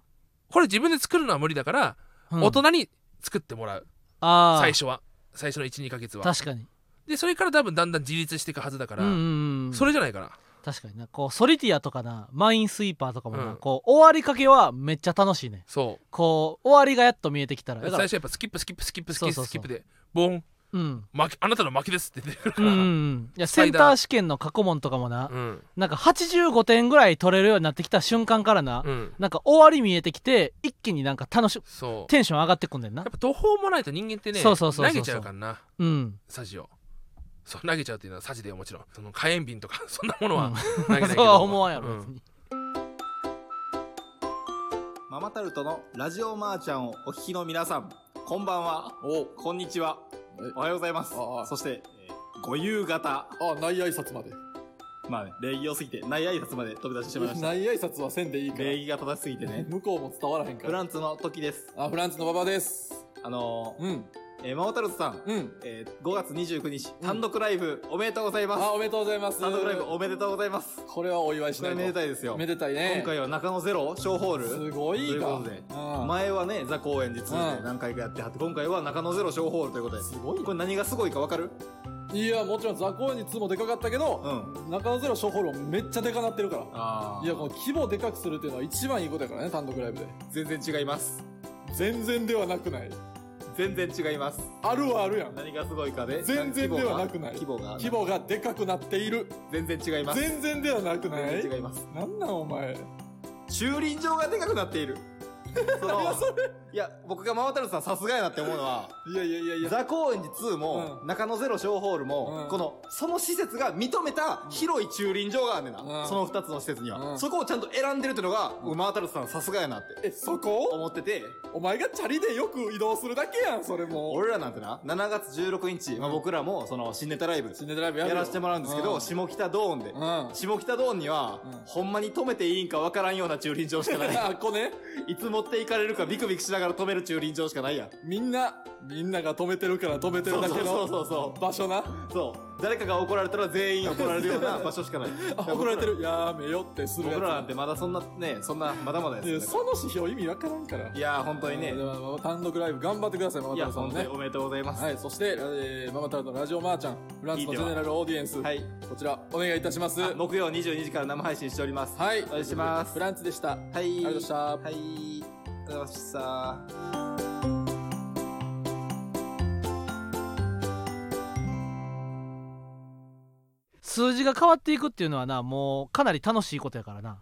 Speaker 2: これ自分で作るのは無理だから、
Speaker 1: うん
Speaker 2: 大人に作ってもらう
Speaker 1: ああ
Speaker 2: 最初は最初の12ヶ月は
Speaker 1: 確かに
Speaker 2: でそれから多分だんだん自立していくはずだから、
Speaker 1: うんうんうん
Speaker 2: それじゃないかな
Speaker 1: 確かになこうソリティアとかなマインスイーパーとかもな、
Speaker 2: うん
Speaker 1: こう終わりかけはめっちゃ楽しいね
Speaker 2: そう
Speaker 1: こう終わりがやっと見えてきたらだ
Speaker 2: 最
Speaker 1: から
Speaker 2: 初やっぱスキップスキップスキップスキップ
Speaker 1: そうそうそう
Speaker 2: スキップでボン
Speaker 1: うん
Speaker 2: 負けあなたの負けですって出てくるか
Speaker 1: うんう
Speaker 2: ら、
Speaker 1: んうんいやセンター試験の過去問とかもな、
Speaker 2: うん
Speaker 1: なんか85点ぐらい取れるようになってきた瞬間からな、
Speaker 2: うん
Speaker 1: なんか終わり見えてきて一気になんか楽し
Speaker 2: そう
Speaker 1: テンション上がってくんねんな
Speaker 2: やっぱ途方もないと人間ってね
Speaker 1: そうそうそうそう
Speaker 2: 投げちゃうからな
Speaker 1: うん
Speaker 2: サジをそう投げちゃうっていうのはサジだよもちろんその火炎瓶とか そんなものは、
Speaker 1: うん
Speaker 2: 投げないけど
Speaker 1: そうは思わんやろ、
Speaker 2: うん
Speaker 1: 別に
Speaker 3: ママタルトのラジオマーちゃんをお聞きの皆さん、こんばんは、
Speaker 4: お
Speaker 3: こんにちは、おはようございます
Speaker 4: ああ。
Speaker 3: そして、えーご夕方、
Speaker 4: あ、ない挨拶まで。
Speaker 3: まあね、礼儀をすぎて、ない挨拶まで飛び出してしまいまし
Speaker 4: な
Speaker 3: た。
Speaker 4: い挨拶はせんでいいから。
Speaker 3: 礼儀が正しすぎてね。
Speaker 4: 向こうも伝わらへんか
Speaker 3: フラ
Speaker 4: ら。
Speaker 3: ンツの時です。
Speaker 4: あ、フランスの馬場です。
Speaker 3: あのー
Speaker 4: うん。
Speaker 3: えーママタルトさん、
Speaker 4: うん。
Speaker 3: えー5月29日、
Speaker 4: うん
Speaker 3: 単独ライブ、おめでとうございます
Speaker 4: あ、。おめでとうございます。
Speaker 3: 単独ライブ、おめでとうございます。
Speaker 4: これはお祝いし
Speaker 3: こ
Speaker 4: な
Speaker 3: れ
Speaker 4: いと。
Speaker 3: めでたいですよ。
Speaker 4: めでたいね。
Speaker 3: 今回は中野ゼロ、小ホール。
Speaker 4: すごいが。
Speaker 3: ということで
Speaker 4: うん
Speaker 3: 前はね、ザ・公演で続いて
Speaker 4: うん
Speaker 3: 何回かやってはって、今回は中野ゼロ小ホールということで。
Speaker 4: すごいね
Speaker 3: これ何がすごいかわかる
Speaker 4: いや、もちろんザコ演に2もでかかったけ
Speaker 3: う
Speaker 4: ど、
Speaker 3: ん。
Speaker 4: 中野ゼロショーホールもめっちゃでかなってるから。
Speaker 3: あ
Speaker 4: いや、この規模でかくするっていうのは一番いいことやからね、単独ライブで。
Speaker 3: 全然違います。
Speaker 4: 全然ではなくない。
Speaker 3: 全然違います。
Speaker 4: あるはあるやん。
Speaker 3: 何がすごいかで。
Speaker 4: 全然ではなくない
Speaker 3: 規模が。
Speaker 4: 規模がでかくなっている。
Speaker 3: 全然違います。
Speaker 4: 全然ではなくない
Speaker 3: 全。然違います。
Speaker 4: なんなんお前。
Speaker 3: 駐輪場がでかくなっている。その、いや、僕がママタルトさんさすがやなって思うのは、
Speaker 4: いやいやいやいや。
Speaker 3: ザ・高円寺2も、
Speaker 4: う
Speaker 3: 中野ゼロ小ホールも、
Speaker 4: うん
Speaker 3: この、その施設が認めた広い駐輪場があんねんな。
Speaker 4: うん
Speaker 3: その2つの施設には、
Speaker 4: うん
Speaker 3: そこをちゃんと選んでるってのが、
Speaker 4: うん
Speaker 3: ママタルトさんさすがやなって
Speaker 4: え、そこ
Speaker 3: 思ってて、
Speaker 4: お前がチャリでよく移動するだけやん、それもう。
Speaker 3: 俺らなんてな、7月16日、まあ、僕らもその新ネタライブ
Speaker 4: 新ネタライブやる
Speaker 3: や
Speaker 4: よ
Speaker 3: らせてもらうんですけど、
Speaker 4: うん
Speaker 3: 下北ドーンで、
Speaker 4: うん。
Speaker 3: 下北ドーンには、
Speaker 4: うん
Speaker 3: ほんまに止めていいんかわからんような駐輪場しかない。
Speaker 4: あ、こうね、
Speaker 3: いつ持っていかれるかビクビクしながら止める駐輪場しかないやん。
Speaker 4: みんな、みんなが止めてるから止めて
Speaker 3: そ
Speaker 4: る
Speaker 3: う
Speaker 4: だ
Speaker 3: そう
Speaker 4: け
Speaker 3: そ
Speaker 4: の
Speaker 3: うそうそう。
Speaker 4: 場所な。。
Speaker 3: そう。誰かが怒られたら全員怒られるような場所しかない
Speaker 4: あ、怒られてる。やめよってする
Speaker 3: 僕ら。
Speaker 4: や
Speaker 3: 僕らなん
Speaker 4: つ。
Speaker 3: てまだそんなね、そんな、まだまだ
Speaker 4: いや
Speaker 3: です、ね。
Speaker 4: その指標意味わからんから。
Speaker 3: いやー、本当にね
Speaker 4: うん。では単独ライブ頑張ってください、ママ
Speaker 3: い
Speaker 4: タ
Speaker 3: や、
Speaker 4: ルさん
Speaker 3: 本
Speaker 4: も
Speaker 3: 当
Speaker 4: ね
Speaker 3: に。おめでとうございます。
Speaker 4: はい、そして、えーママタルのラジオマーちゃん、フランスのジェネラルオーディエンス、
Speaker 3: はい。
Speaker 4: こちら、お願いいたします。
Speaker 3: あ
Speaker 4: は
Speaker 3: 木曜22時から生配信しております。
Speaker 4: い、お
Speaker 3: 願いします
Speaker 4: フランスでした。あ
Speaker 3: はい。あ
Speaker 4: りがとうございました。
Speaker 3: はい。ありがとうございました。
Speaker 1: 数字が変わっていくっていうのはなもうかなり楽しいことやからな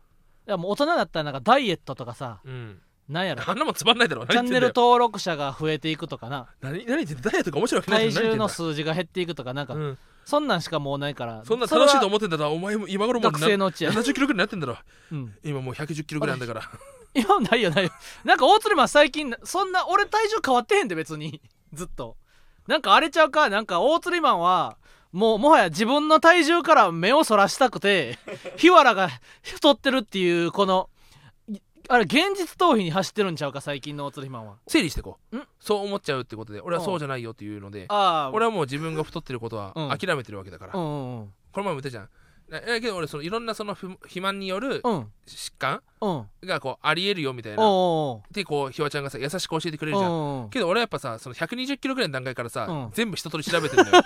Speaker 1: いやもう大人だったらなんかダイエットとかさ
Speaker 2: うん
Speaker 1: なん やろ
Speaker 2: あんなもんつまんないだろ。
Speaker 1: チャ
Speaker 2: 何
Speaker 1: ン
Speaker 2: 言
Speaker 1: ネ
Speaker 2: って
Speaker 1: ル
Speaker 2: んだよ
Speaker 1: 登録者が増えていくとかな
Speaker 2: 何何言ってんだダイエットが面白いわけない
Speaker 1: 体
Speaker 2: じゃん何
Speaker 1: 重
Speaker 2: 言
Speaker 1: の
Speaker 2: ってんだ
Speaker 1: 数字が減っていくとかなんか、
Speaker 2: うん、
Speaker 1: そんなんしかもうないから
Speaker 2: そんな楽しいと
Speaker 1: 思
Speaker 2: 思ってんだらお前も今頃もうな
Speaker 1: 学生のうち や
Speaker 2: 70キロぐらいになってんだろ
Speaker 1: う、うん、
Speaker 2: 今もう110キロぐらいなん だから
Speaker 1: いやないよないよなんか大鶴マン最近そんな俺体重変わってへんで別に ずっとなんか荒れちゃうかなんか大鶴マンはもうもはや自分の体重から目をそらしたくて 日原が太ってるっていうこのいあれ現実逃避に走ってるんちゃうか最近の大鶴マンは
Speaker 2: 整理してこうんそう思っちゃうってことで俺はそうじゃないよっていうので
Speaker 1: ああ
Speaker 2: 俺はもう自分が太ってることは
Speaker 1: うん
Speaker 2: 諦めてるわけだから、
Speaker 1: う
Speaker 2: こ
Speaker 1: んうん
Speaker 2: の前も言ったじゃんだだけど俺そのいろんなそのふ肥満による
Speaker 1: うんうん
Speaker 2: 疾患
Speaker 1: うんおう
Speaker 2: がこうありえるよみたいな
Speaker 1: お
Speaker 2: でこうひわちゃんがさ優しく教えてくれ
Speaker 1: う
Speaker 2: る
Speaker 1: おうお
Speaker 2: じゃ
Speaker 1: うんおう
Speaker 2: けど俺はやっぱさその120キロぐらいの段階からさ、
Speaker 1: うん
Speaker 2: 全部一通り調べてんだ よ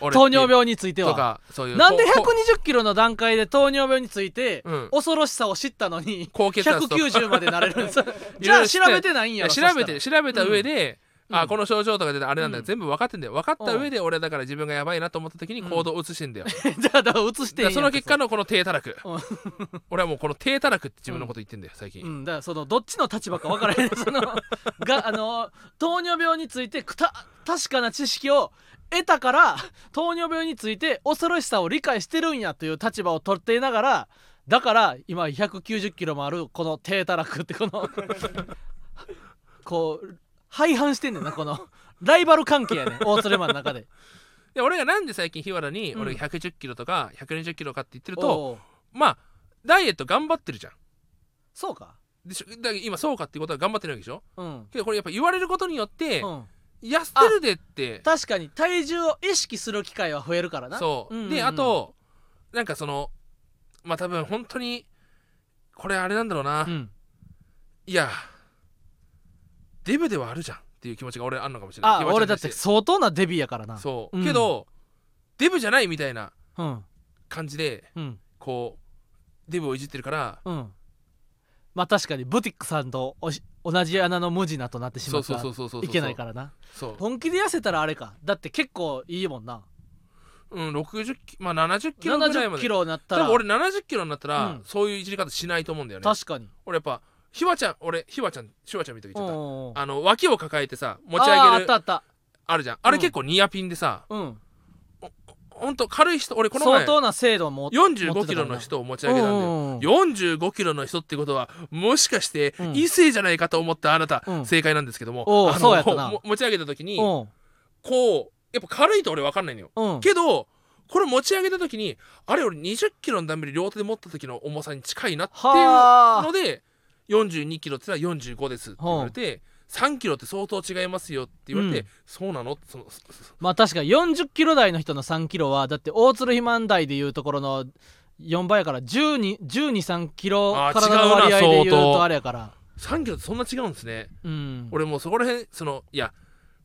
Speaker 2: 俺って
Speaker 1: 糖尿病について
Speaker 2: と
Speaker 1: は
Speaker 2: かそういう
Speaker 1: なんで
Speaker 2: こうこ
Speaker 1: 120キロの段階で糖尿病について
Speaker 2: うん
Speaker 1: 恐ろしさを知ったのに
Speaker 2: 高血圧とか
Speaker 1: 190までなれるんで すじ
Speaker 2: いろい
Speaker 1: ゃ
Speaker 2: ろ
Speaker 1: あ
Speaker 2: 知
Speaker 1: 調
Speaker 2: って
Speaker 1: べてないん
Speaker 2: い
Speaker 1: や
Speaker 2: や
Speaker 1: ろ
Speaker 2: 調べ
Speaker 1: そ
Speaker 2: て
Speaker 1: し
Speaker 2: 調べた上で、
Speaker 1: うんう
Speaker 2: あ
Speaker 1: ん
Speaker 2: この症状とか出てあれなんだ、
Speaker 1: うん
Speaker 2: 全部分かってんだよ分かった上で俺だから自分がやばいなと思った時に
Speaker 1: うん
Speaker 2: 行動を移してん だよ、
Speaker 1: たら じゃあだから映してへんやん
Speaker 2: その結果のこの低たらく
Speaker 1: う
Speaker 2: 俺はもうこの低たらくって自分のこと言ってんだよ最近、
Speaker 1: うん、だからそのどっちの立場か分 からへんそのがあの糖尿病についてくた確かな知識を得たから糖尿病について恐ろしさを理解してるんやという立場を取っていながらだから今190キロもあるこの低たらくってこの こう廃反してんねんなこのライバル関係やねん大鶴マンの中で。
Speaker 2: で俺がなんで最近日原に
Speaker 1: うん
Speaker 2: 俺が110キロとか120キロかって言ってると、
Speaker 1: おう
Speaker 2: まあダイエット頑張ってるじゃん
Speaker 1: そうか
Speaker 2: でしょだから今そうかっていうことは頑張ってるわけでしょ
Speaker 1: うん、
Speaker 2: けどこれやっぱ言われることによって、
Speaker 1: うん、
Speaker 2: 痩せてるでって
Speaker 1: 確かに体重を意識する機会は増えるからな
Speaker 2: そう,、
Speaker 1: んんん
Speaker 2: であとなんかそのまあ多分本当にこれあれなんだろう
Speaker 1: う
Speaker 2: な、
Speaker 1: ん
Speaker 2: いやデブではあるじゃんっていう気持ちが俺あるのかもしれない
Speaker 1: あ
Speaker 2: 気持ち
Speaker 1: 俺だっ
Speaker 2: に
Speaker 1: て
Speaker 2: 対し
Speaker 1: 相当なデビやからな
Speaker 2: そう、
Speaker 1: うん
Speaker 2: けどデブじゃないみたいな
Speaker 1: うん
Speaker 2: 感じで
Speaker 1: うん
Speaker 2: こうデブをいじってるから
Speaker 1: うんまあ確かにブティックさんとおし同じ穴の無地なとなってしま
Speaker 2: そう
Speaker 1: っ
Speaker 2: そう
Speaker 1: た
Speaker 2: そ
Speaker 1: ら
Speaker 2: うそうそう
Speaker 1: いけないからな
Speaker 2: そう
Speaker 1: 本気で痩せたらあれかだって結構いいもんな
Speaker 2: うん60キまあ70キロぐらい
Speaker 1: 70
Speaker 2: まで
Speaker 1: キロになった
Speaker 2: 多
Speaker 1: ら
Speaker 2: 分俺70キロになったら、
Speaker 1: うん
Speaker 2: そういういじり方しないと思うんだよね
Speaker 1: 確かに
Speaker 2: 俺やっぱひわちゃん俺ひわちゃんしわちゃん見ときちゃっ
Speaker 1: おうおうおう
Speaker 2: たあの脇を抱えてさ持ち
Speaker 1: あー
Speaker 2: 上
Speaker 1: あ
Speaker 2: げ
Speaker 1: った
Speaker 2: る
Speaker 1: あった
Speaker 2: あるじゃんあれ
Speaker 1: うん
Speaker 2: 結構ニアピンでさ、
Speaker 1: うん
Speaker 2: ほんと軽い人俺この
Speaker 1: 相
Speaker 2: 前
Speaker 1: 当な精度も
Speaker 2: 45キロの人を持ち上げたんだよ
Speaker 1: うんうんうん
Speaker 2: 45キロの人ってことはもしかして
Speaker 1: うん
Speaker 2: 異性じゃないかと思ったあなた、
Speaker 1: うん
Speaker 2: 正解なんですけども
Speaker 1: おう
Speaker 2: あの
Speaker 1: そうやったな
Speaker 2: も持ち上げた時に
Speaker 1: うん
Speaker 2: こうやっぱ軽いと俺分かんないのよ、
Speaker 1: うん
Speaker 2: けどこれ持ち上げた時にあれ俺20キロのダンベル両手で持った時の重さに近いなっていう
Speaker 1: は
Speaker 2: ので42キロって言ったら45ですって言われて3キロって相当違いますよって言われて、
Speaker 1: うん
Speaker 2: そうなのそのそそ
Speaker 1: まあ確かに40キロ台の人の3キロはだって大鶴肥満台でいうところの4倍やから1 2 1 2 3キロ
Speaker 2: あー
Speaker 1: 体の割合で
Speaker 2: 違うな
Speaker 1: いう
Speaker 2: 相当
Speaker 1: とあれやから
Speaker 2: 3キロってそんな違うんですね
Speaker 1: うん
Speaker 2: 俺もうそこら辺そのいや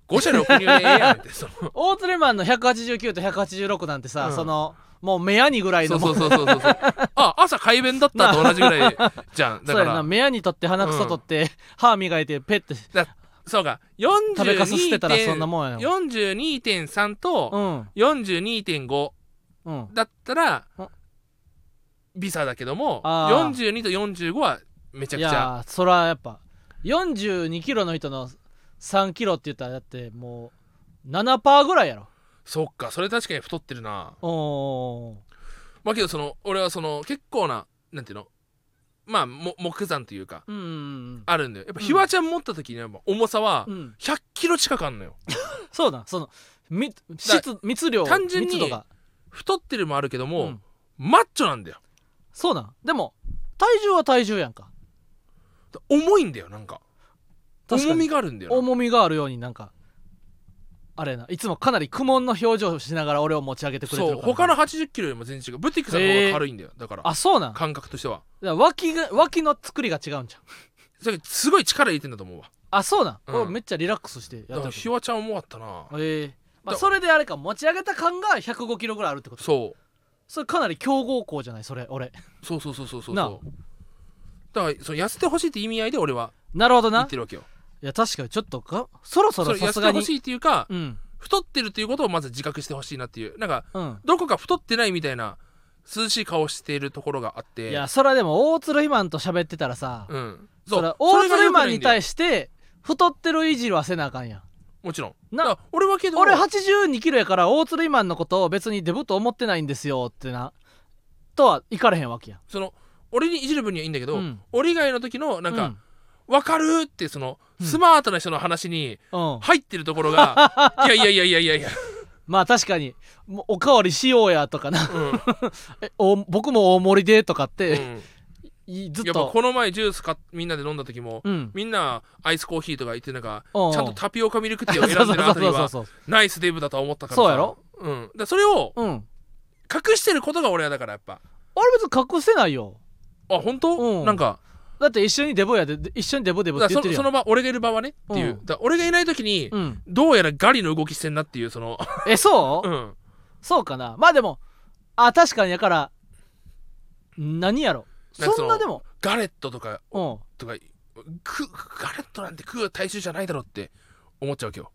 Speaker 2: 5社6入でええやんってそ の
Speaker 1: 大鶴マンの189と186なんてさ、
Speaker 2: うん
Speaker 1: そのもう目やにぐらい
Speaker 2: そう
Speaker 1: の
Speaker 2: そ
Speaker 1: も
Speaker 2: うんそうそうそうそうあ朝改便だったと同じぐ らいじゃん
Speaker 1: そ
Speaker 2: だ
Speaker 1: う
Speaker 2: か
Speaker 1: や
Speaker 2: ら
Speaker 1: な目やに取って鼻くそ取って、歯磨いてペッて
Speaker 2: そうか
Speaker 1: 食べかす捨てたらそんな
Speaker 2: 42.3
Speaker 1: もんやな
Speaker 2: 42.3
Speaker 1: う
Speaker 2: と
Speaker 1: ん
Speaker 2: 42.5
Speaker 1: うん
Speaker 2: だったら
Speaker 1: うん
Speaker 2: ビサだけども
Speaker 1: あー
Speaker 2: 42と45はめちゃ
Speaker 1: い
Speaker 2: くちゃ
Speaker 1: やーそれはやっぱ42キロの人の3キロって言ったらだってもう7%ぐらいやろ
Speaker 2: そっかそれ確かに太ってるな
Speaker 1: おー
Speaker 2: まあけどその俺はその結構ななんていうのまあも木山というか
Speaker 1: うんうん
Speaker 2: あるんだよやっぱ
Speaker 1: うん
Speaker 2: ひわちゃん持った時にやっぱ重さは
Speaker 1: うんうん
Speaker 2: 100キロ近くあんのよ
Speaker 1: そうだその密質密量
Speaker 2: 単純に
Speaker 1: 密度が
Speaker 2: 太ってるもあるけど
Speaker 1: う
Speaker 2: も
Speaker 1: ん
Speaker 2: マッチョなんだよ
Speaker 1: そうなんでも体重は体重やんか
Speaker 2: 重いんだよなんか
Speaker 1: 確かに
Speaker 2: 重みがあるんだよな
Speaker 1: 重みがあるようになんかあれやないつもかなり苦悶の表情をしながら俺を持ち上げてくれて
Speaker 2: そ
Speaker 1: る
Speaker 2: う
Speaker 1: からな
Speaker 2: 他の80キロよりも全然違うブティックさんの方が軽いんだよだから
Speaker 1: あそうなんだか
Speaker 2: 感覚としては
Speaker 1: ら脇が脇の作りが違うんじゃん
Speaker 2: それすごい力入れてんだと思うわ
Speaker 1: あそうなん、
Speaker 2: うん
Speaker 1: 俺めっちゃリラックスして
Speaker 2: だ
Speaker 1: やっ
Speaker 2: か
Speaker 1: て
Speaker 2: ら
Speaker 1: る
Speaker 2: ひわちゃん重かったな
Speaker 1: ええまあ、
Speaker 2: だ
Speaker 1: それであれか持ち上げた感が105キロぐらいあるってこと
Speaker 2: そう
Speaker 1: それかなり強豪校じゃないそれ俺
Speaker 2: そうそうそうそうそう
Speaker 1: なあ
Speaker 2: そうだからその痩せてほしいって意味合いで俺は
Speaker 1: なるほど
Speaker 2: 言
Speaker 1: な
Speaker 2: ってるわけよ
Speaker 1: いや確かにちょっとかそろそ
Speaker 2: そ
Speaker 1: ろ
Speaker 2: れ
Speaker 1: さ
Speaker 2: 痩せ
Speaker 1: す
Speaker 2: て
Speaker 1: が
Speaker 2: ほ
Speaker 1: に
Speaker 2: しいっていうか
Speaker 1: うん
Speaker 2: 太ってるっていうことをまず自覚してほしいなっていうなんか
Speaker 1: うん
Speaker 2: どこか太ってないみたいな涼しい顔しているところがあって
Speaker 1: いやそれはでも大鶴肥満と喋ってたらさ、
Speaker 2: うん
Speaker 1: そら
Speaker 2: そ
Speaker 1: 大
Speaker 2: れが良
Speaker 1: 鶴
Speaker 2: くな
Speaker 1: マ
Speaker 2: いんだよ
Speaker 1: ンに対して太ってるいじりはせなあかんやん
Speaker 2: もちろん
Speaker 1: な
Speaker 2: だから俺はけど
Speaker 1: 俺8 2キロやから大鶴マンのことを別にデブと思ってないんですよってなとはいかれへんわけやん
Speaker 2: その俺にいじる分にはいいんだけど、
Speaker 1: うん
Speaker 2: 俺以外の時のなんか、
Speaker 1: うん
Speaker 2: わかるってその、
Speaker 1: うん
Speaker 2: スマートな人の話に
Speaker 1: うん、
Speaker 2: 入ってるとこ ろがいやいやいやいやいやいや、
Speaker 1: まあ確かにもうおかわりしようやとかな
Speaker 2: うん
Speaker 1: えお僕も大盛りでとかっ
Speaker 2: う
Speaker 1: て、
Speaker 2: ん
Speaker 1: いずっ
Speaker 2: やっぱ
Speaker 1: と
Speaker 2: この前ジュースかみんなで飲んだ時も、
Speaker 1: うん
Speaker 2: みんなアイスコーヒーとか言ってなんか
Speaker 1: おうおう
Speaker 2: ちゃんとタピオカミルクティー
Speaker 1: そ
Speaker 2: を
Speaker 1: うそ
Speaker 2: 選ん
Speaker 1: う
Speaker 2: でるあたり
Speaker 1: そう
Speaker 2: は
Speaker 1: そう
Speaker 2: ナイスデブだとは思ったからさ
Speaker 1: そうやろ、
Speaker 2: うん、だからそれを
Speaker 1: うん
Speaker 2: 隠してることが俺はだからやっぱ
Speaker 1: 俺別に隠せないよ
Speaker 2: あ本当、
Speaker 1: うん
Speaker 2: なんか
Speaker 1: だって一緒にデブやでで一緒にデブデブ
Speaker 2: だ
Speaker 1: って
Speaker 2: か
Speaker 1: 言
Speaker 2: ら
Speaker 1: って
Speaker 2: そ
Speaker 1: るやん
Speaker 2: その場俺がいる場はねってい
Speaker 1: う
Speaker 2: う、
Speaker 1: ん
Speaker 2: だから俺がいない時に、
Speaker 1: うん、
Speaker 2: どうやらガリの動きしてんなっていうその、
Speaker 1: えそう、
Speaker 2: うん、
Speaker 1: そうかなまあでもあ確かにやから何やろ
Speaker 2: なんか
Speaker 1: そんなでも
Speaker 2: ガレットとか
Speaker 1: うん
Speaker 2: とかくガレットなんて食う大衆じゃないだろって思っちゃう今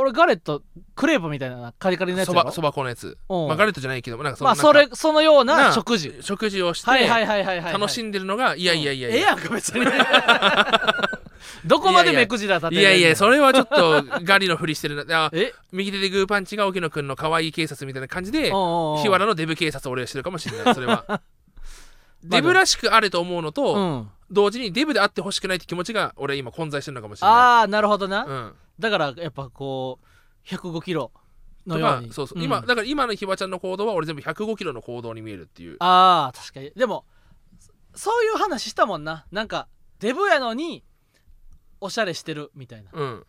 Speaker 1: 俺ガレットクレープみたいなカリカリの
Speaker 2: 日
Speaker 1: やつ
Speaker 2: そ
Speaker 1: や
Speaker 2: ば
Speaker 1: ろ
Speaker 2: そば粉のやつ、
Speaker 1: うん
Speaker 2: まあ、ガレットじゃないけどなんかその
Speaker 1: まあ
Speaker 2: なんか
Speaker 1: それそのよう
Speaker 2: な
Speaker 1: な
Speaker 2: あ
Speaker 1: 食事
Speaker 2: 食事をして、
Speaker 1: はいはいはいはいはい
Speaker 2: 楽し
Speaker 1: ん
Speaker 2: んでるのがいやいやいやい
Speaker 1: ええ
Speaker 2: や、
Speaker 1: やんか別に どこまで目くじら立て
Speaker 2: いやいやそ
Speaker 1: れ
Speaker 2: れはちょっとガリのふりしてるなあ
Speaker 1: え
Speaker 2: 右手でグーパンチが沖野くんの可愛い警察みたいな感じで
Speaker 1: おうおうおう
Speaker 2: 日原のデブ警察を俺はしてるかもしれないそ れは
Speaker 1: でも
Speaker 2: デブらしくあれと思うのと、
Speaker 1: うん
Speaker 2: 同時にデブであってほしくないって気持ちが俺は今混在してるのかもしれな、
Speaker 1: ああなるほどない
Speaker 2: うん、
Speaker 1: だからやっぱこう105キロの
Speaker 2: と
Speaker 1: よう
Speaker 2: か
Speaker 1: に
Speaker 2: そうそう、
Speaker 1: ん
Speaker 2: 今だから今のひばちゃんの行動は俺全部105キロの行動に見えるっていう
Speaker 1: あー確かにでもそそういう話したもんななんかデブやのにおしゃれしてるみたいない
Speaker 2: うん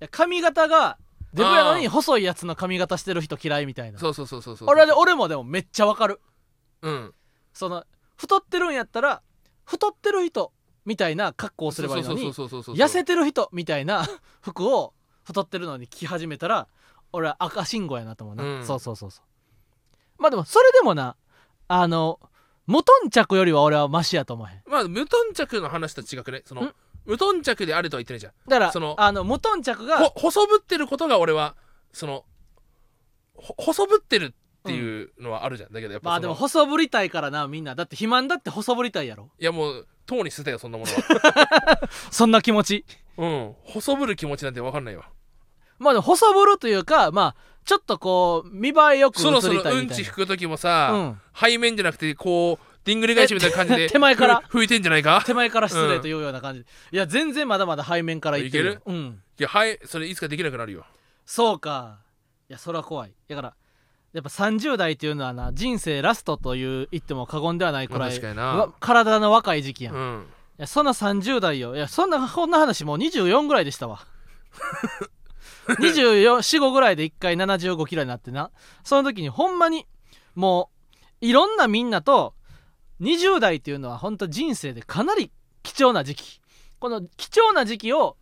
Speaker 1: や髪型がデブやのに細いやつの髪型してる人嫌いみたいな
Speaker 2: そうそうそうそうそう
Speaker 1: 俺はね俺もでもめっちゃわかる
Speaker 2: うん
Speaker 1: その太ってるんやったら太ってる人みたいな格好をすればいいのに
Speaker 2: そうそうそうそうそう
Speaker 1: 痩せてる人みたいな 服を太ってるのに着始めたら俺は赤信号やなと思うな、
Speaker 2: うん
Speaker 1: そうそうそうそうまあでもそれでもなあの無頓着よりは俺はマシやと思えへん
Speaker 2: まあ無頓着の話と違くねその
Speaker 1: ん
Speaker 2: 無頓着であるとは言ってないじゃん
Speaker 1: だから
Speaker 2: その
Speaker 1: あの無頓着
Speaker 2: ほ
Speaker 1: が
Speaker 2: 細ぶってることが俺はそのほ細ぶってるっていうのはあるじゃん、だけどやっぱ
Speaker 1: まあ
Speaker 2: そ
Speaker 1: でも
Speaker 2: の
Speaker 1: 細ぶりたいからなみんなだって肥満だって細ぶりたいやろ
Speaker 2: いやもうとうに捨てたよそんなもの
Speaker 1: そんな気持ち
Speaker 2: はうん細ぶる気持ちなんて分かんないわ
Speaker 1: まあでも細ぶるというかまあちょっとこう見栄えよく映
Speaker 2: そろそ
Speaker 1: り
Speaker 2: ろ
Speaker 1: たいうみ
Speaker 2: ん
Speaker 1: た
Speaker 2: ち
Speaker 1: いな
Speaker 2: 拭く時もさ、
Speaker 1: うん
Speaker 2: 背面じゃなくてこうでんぐり返しみたいな感じで
Speaker 1: え手前から
Speaker 2: ふ拭いてんじゃないか
Speaker 1: 手前から失礼というような感じで、いや全然まだまだ背面からいってよ
Speaker 2: いけ
Speaker 1: うん
Speaker 2: いやはいそれいつかできなくなるよ
Speaker 1: そうかいやそれは怖いだからやっぱ30代っていうのはな人生ラストという言っても過言ではないく
Speaker 2: ま
Speaker 1: ら
Speaker 2: あ
Speaker 1: い
Speaker 2: 確かにな
Speaker 1: わ体の若い時期やん、
Speaker 2: う
Speaker 1: い
Speaker 2: ん
Speaker 1: やそんな30代よいやそんなこんな話もう24ぐらいでしたわ245ぐらいで1回7 5キロになってなその時にほんまにもういろんなみんなと20代っていうのは本当人生でかなり貴重な時期この貴重な時期を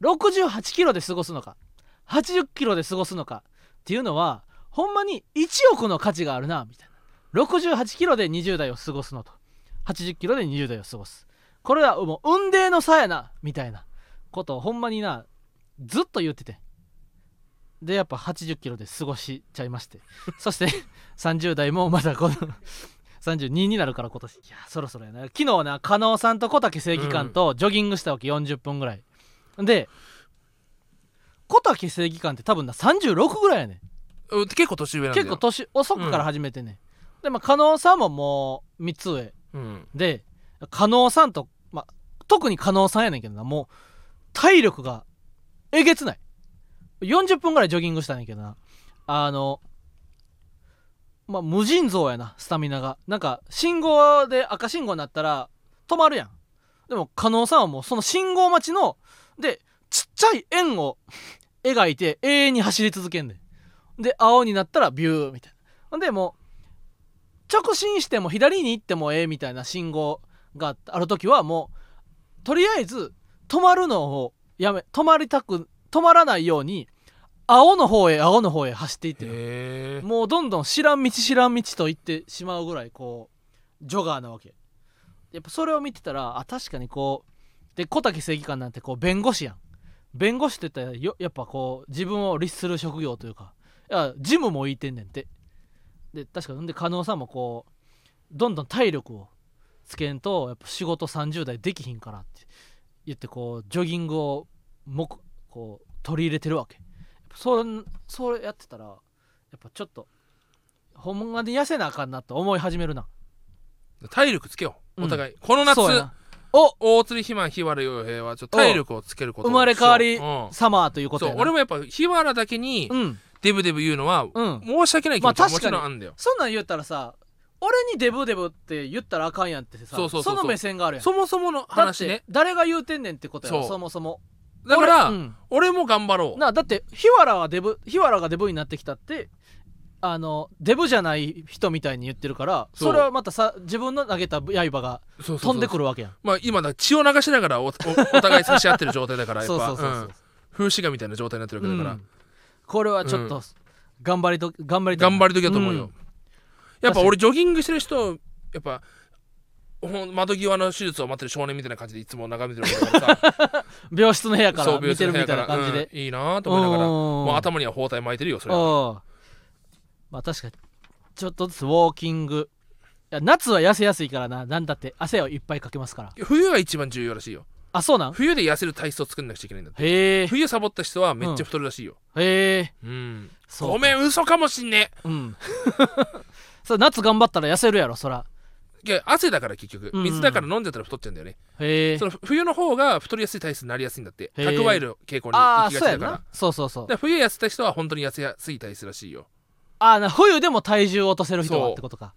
Speaker 1: 68キロで過ごすのか80キロで過ごすのかっていうのはほんまに1億の価値があるなみたいな68キロで20代を過ごすのと80キロで20代を過ごすこれはもう運命の差やなみたいなことをほんまになずっと言っててでやっぱ80キロで過ごしちゃいましてそして 30代もまだこの32になるから今年いやそろそろやな昨日な加納さんと小竹正義感とジョギングしたわけ40分ぐらいで小竹正義感って多分な36ぐらいやねん
Speaker 2: うん結構年上なんだよ
Speaker 1: 結構年遅くから始めてね、でまあ加納さんももう3つ上
Speaker 2: うん
Speaker 1: で加納さんと、まあ、特に加納さんやねんけどなもう体力がえげつない40分ぐらいジョギングしたんやけどなあのまあ無尽蔵やなスタミナがなんか信号で赤信号になったら止まるやんでも加納さんはもうその信号待ちのでちっちゃい円を描いて永遠に走り続けんねんで青になったらビューみたいなほんでもう直進しても左に行ってもええみたいな信号がある時はもうとりあえず止まるのをやめ止まりたく止まらないように青の方へ青の方へ走っていってる
Speaker 2: へえ
Speaker 1: もうどんどん知らん道知らん道と言ってしまうぐらいこうジョガーなわけやっぱそれを見てたらあ確かにこうで小竹正義官なんてこう弁護士やん弁護士って言ったらよやっぱこう自分を律する職業というかいやジムもいいてんねんてで確かんで加納さんもこうどんどん体力をつけんとやっぱ仕事30代できひんからって言ってこうジョギングをもくこう取り入れてるわけやっぱそれそれやってたらやっぱちょっと本物で痩せなあかんなと思い始めるな
Speaker 2: 体力つけようお互い、この夏
Speaker 1: そうやなお
Speaker 2: 大釣り肥満日原洋平はちょっと体力をつけること
Speaker 1: 生まれ変わり
Speaker 2: うん
Speaker 1: サマーということ
Speaker 2: そう
Speaker 1: やな
Speaker 2: 俺もやっぱ日原だけに
Speaker 1: うん
Speaker 2: デブデブ言うのは
Speaker 1: うん
Speaker 2: 申し訳ない気
Speaker 1: まあ
Speaker 2: 持ちも
Speaker 1: 確
Speaker 2: も
Speaker 1: か
Speaker 2: ち
Speaker 1: に
Speaker 2: ろんあんだよ、
Speaker 1: そんなん言ったらさ俺にデブデブって言ったらあかんやんってさ
Speaker 2: そうそうそうそ
Speaker 1: の
Speaker 2: う
Speaker 1: 目線があるやん
Speaker 2: そもそもの
Speaker 1: だっ
Speaker 2: 話ね
Speaker 1: て誰が言うてんねんってことやろ
Speaker 2: そう
Speaker 1: そもそも
Speaker 2: だから
Speaker 1: 俺
Speaker 2: 俺,、
Speaker 1: うん
Speaker 2: も頑張ろう
Speaker 1: なあだって日原はデブ日原がデブになってきたってあのデブじゃない人みたいに言ってるから
Speaker 2: そう
Speaker 1: それはまたさ自分の投げた刃が
Speaker 2: そうそうそう
Speaker 1: 飛んでくるわけやん
Speaker 2: まあ今だ血を流しながらおおお互い差し合ってる状態だからやっぱ
Speaker 1: そうそうそうそう
Speaker 2: うん風刺画みたいな状態になってるわけだから、
Speaker 1: うんこれはちょっと頑張りと頑張りと
Speaker 2: 頑張り時だと思うよ、
Speaker 1: うん
Speaker 2: やっぱ俺ジョギングしてる人やっぱほん窓際の手術を待ってる少年みたいな感じでいつも眺めてるわけだ からさ
Speaker 1: 病室の部屋か
Speaker 2: そう
Speaker 1: ら見てるみたいな感じで
Speaker 2: 病室の部屋からうんいいなと思いながら
Speaker 1: うん
Speaker 2: もう頭には包帯巻いてるよそれは
Speaker 1: おうまあ確かにちょっとずつウォーキングいや夏は痩せやすいからななんだって汗をいっぱいかけますから
Speaker 2: 冬が一番重要らしいよ
Speaker 1: あそうなん
Speaker 2: 冬で痩せる体質を作んなくちゃい けないんだって
Speaker 1: へえ
Speaker 2: 冬サボった人はめっちゃ太るらしいよ、
Speaker 1: へえ
Speaker 2: うん、
Speaker 1: そう
Speaker 2: ごめん嘘かもしんね
Speaker 1: うん そう夏頑張ったら痩せるやろそら
Speaker 2: いや汗だから結局
Speaker 1: うんうん
Speaker 2: 水だから飲んじゃったら太っちゃうんだよね、
Speaker 1: へえ
Speaker 2: その冬の方が太りやすい体質になりやすいんだって
Speaker 1: へー
Speaker 2: 蓄える傾向に
Speaker 1: あ
Speaker 2: 行
Speaker 1: あ
Speaker 2: きが
Speaker 1: そう
Speaker 2: ち
Speaker 1: や
Speaker 2: だから
Speaker 1: なそうそうそう
Speaker 2: だから冬痩せた人は本当に痩せやすい体質らしいよ
Speaker 1: ああな冬でも体重を落とせる人は
Speaker 2: そう
Speaker 1: ってことか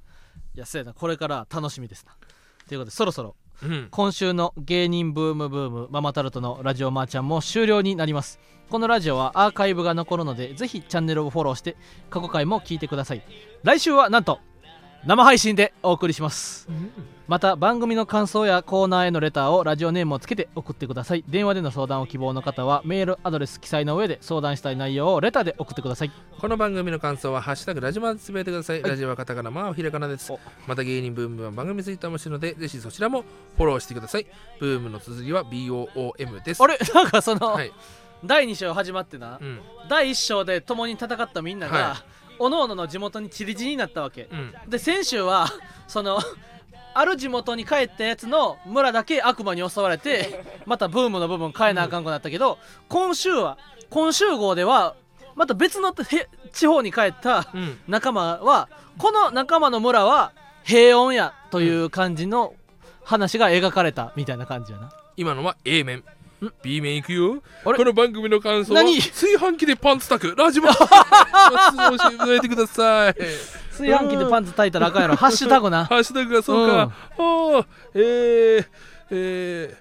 Speaker 1: いやそうやなこれから楽しみですなということでそろそろ
Speaker 2: うん
Speaker 1: 今週の芸人ブームブームママタルトのラジオマーちゃんも終了になりますこのラジオはアーカイブが残るのでぜひチャンネルをフォローして過去回も聞いてください来週はなんと生配信でお送りしますまた番組の感想やコーナーへのレターをラジオネームをつけて送ってください電話での相談を希望の方はメールアドレス記載の上で相談したい内容をレターで送ってください
Speaker 2: この番組の感想は「ハッシュタグラジマ」でつぶやいてください、
Speaker 1: はい
Speaker 2: ラジオはカタカナマーはひらかなです
Speaker 1: お
Speaker 2: また芸人ブームは番組ツイッターもしてるのでぜひそちらもフォローしてくださいブームの綴りは BOOM です
Speaker 1: あれなんかその、
Speaker 2: はい、
Speaker 1: 第2章始まってな、
Speaker 2: うん
Speaker 1: 第1章で共に戦ったみんなが、
Speaker 2: は
Speaker 1: おのおのの地元に散り散りになったわけ
Speaker 2: うん、
Speaker 1: で先週はそのある地元に帰ったやつの村だけ悪魔に襲われてまたブームの部分変えなあかんくなったけど、今週は今週号ではまた別のへ地方に帰った
Speaker 2: うん、
Speaker 1: 仲間はこの仲間の村は平穏やという感じの話が描かれたみたいな感じやな。
Speaker 2: 今のは A 面 B 面いくよ
Speaker 1: あ
Speaker 2: こ
Speaker 1: れ
Speaker 2: の番組の感想は
Speaker 1: 何
Speaker 2: 炊飯器でパンツ炊くラジ マごしていただいてください
Speaker 1: 炊飯器でパンツ炊いたらあかんやろ。ハッシュタグな。
Speaker 2: ハッシュタグがそうか。ああ、えー、えー、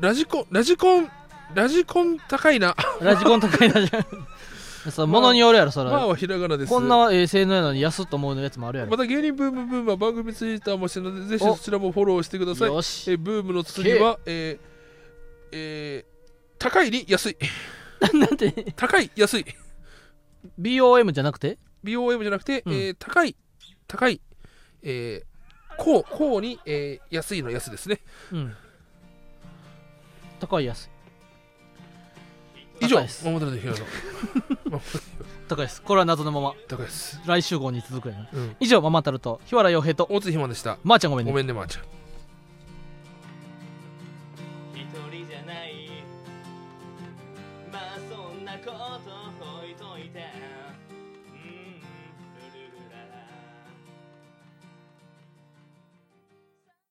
Speaker 2: ラジコン、ラジコン、ラジコン高いな。
Speaker 1: ラジコン高いなじゃん。そう、ものによるやろ、それ。
Speaker 2: まあはひらがなです。
Speaker 1: こんなえー性能やのに安っと思うやつもあるやろ
Speaker 2: ま。た芸人ブームブームは番組ツイッターもしてるので、ぜひそちらもフォローしてください。
Speaker 1: よし
Speaker 2: えーブームの次は、えー、えー、高いに安い。
Speaker 1: なんて
Speaker 2: 高い、安い。
Speaker 1: BOM じゃなくて
Speaker 2: BOM じゃなくて、
Speaker 1: うん
Speaker 2: えー高い、高い、えー、こう、こうに、えー安いの安ですね。
Speaker 1: うん高い安い
Speaker 2: 以上、
Speaker 1: 高いです
Speaker 2: 桃太郎のヒロの。
Speaker 1: 高いですこれは謎のまま
Speaker 2: 高いです。
Speaker 1: 来週号に続くやな、
Speaker 2: うん
Speaker 1: 以上ママタルト日原洋平と
Speaker 2: 大津ひまでした。
Speaker 1: まー、ちゃんごめんね
Speaker 2: ごめんね、まーちゃん。
Speaker 5: 一人じゃないまあそんなことほいといて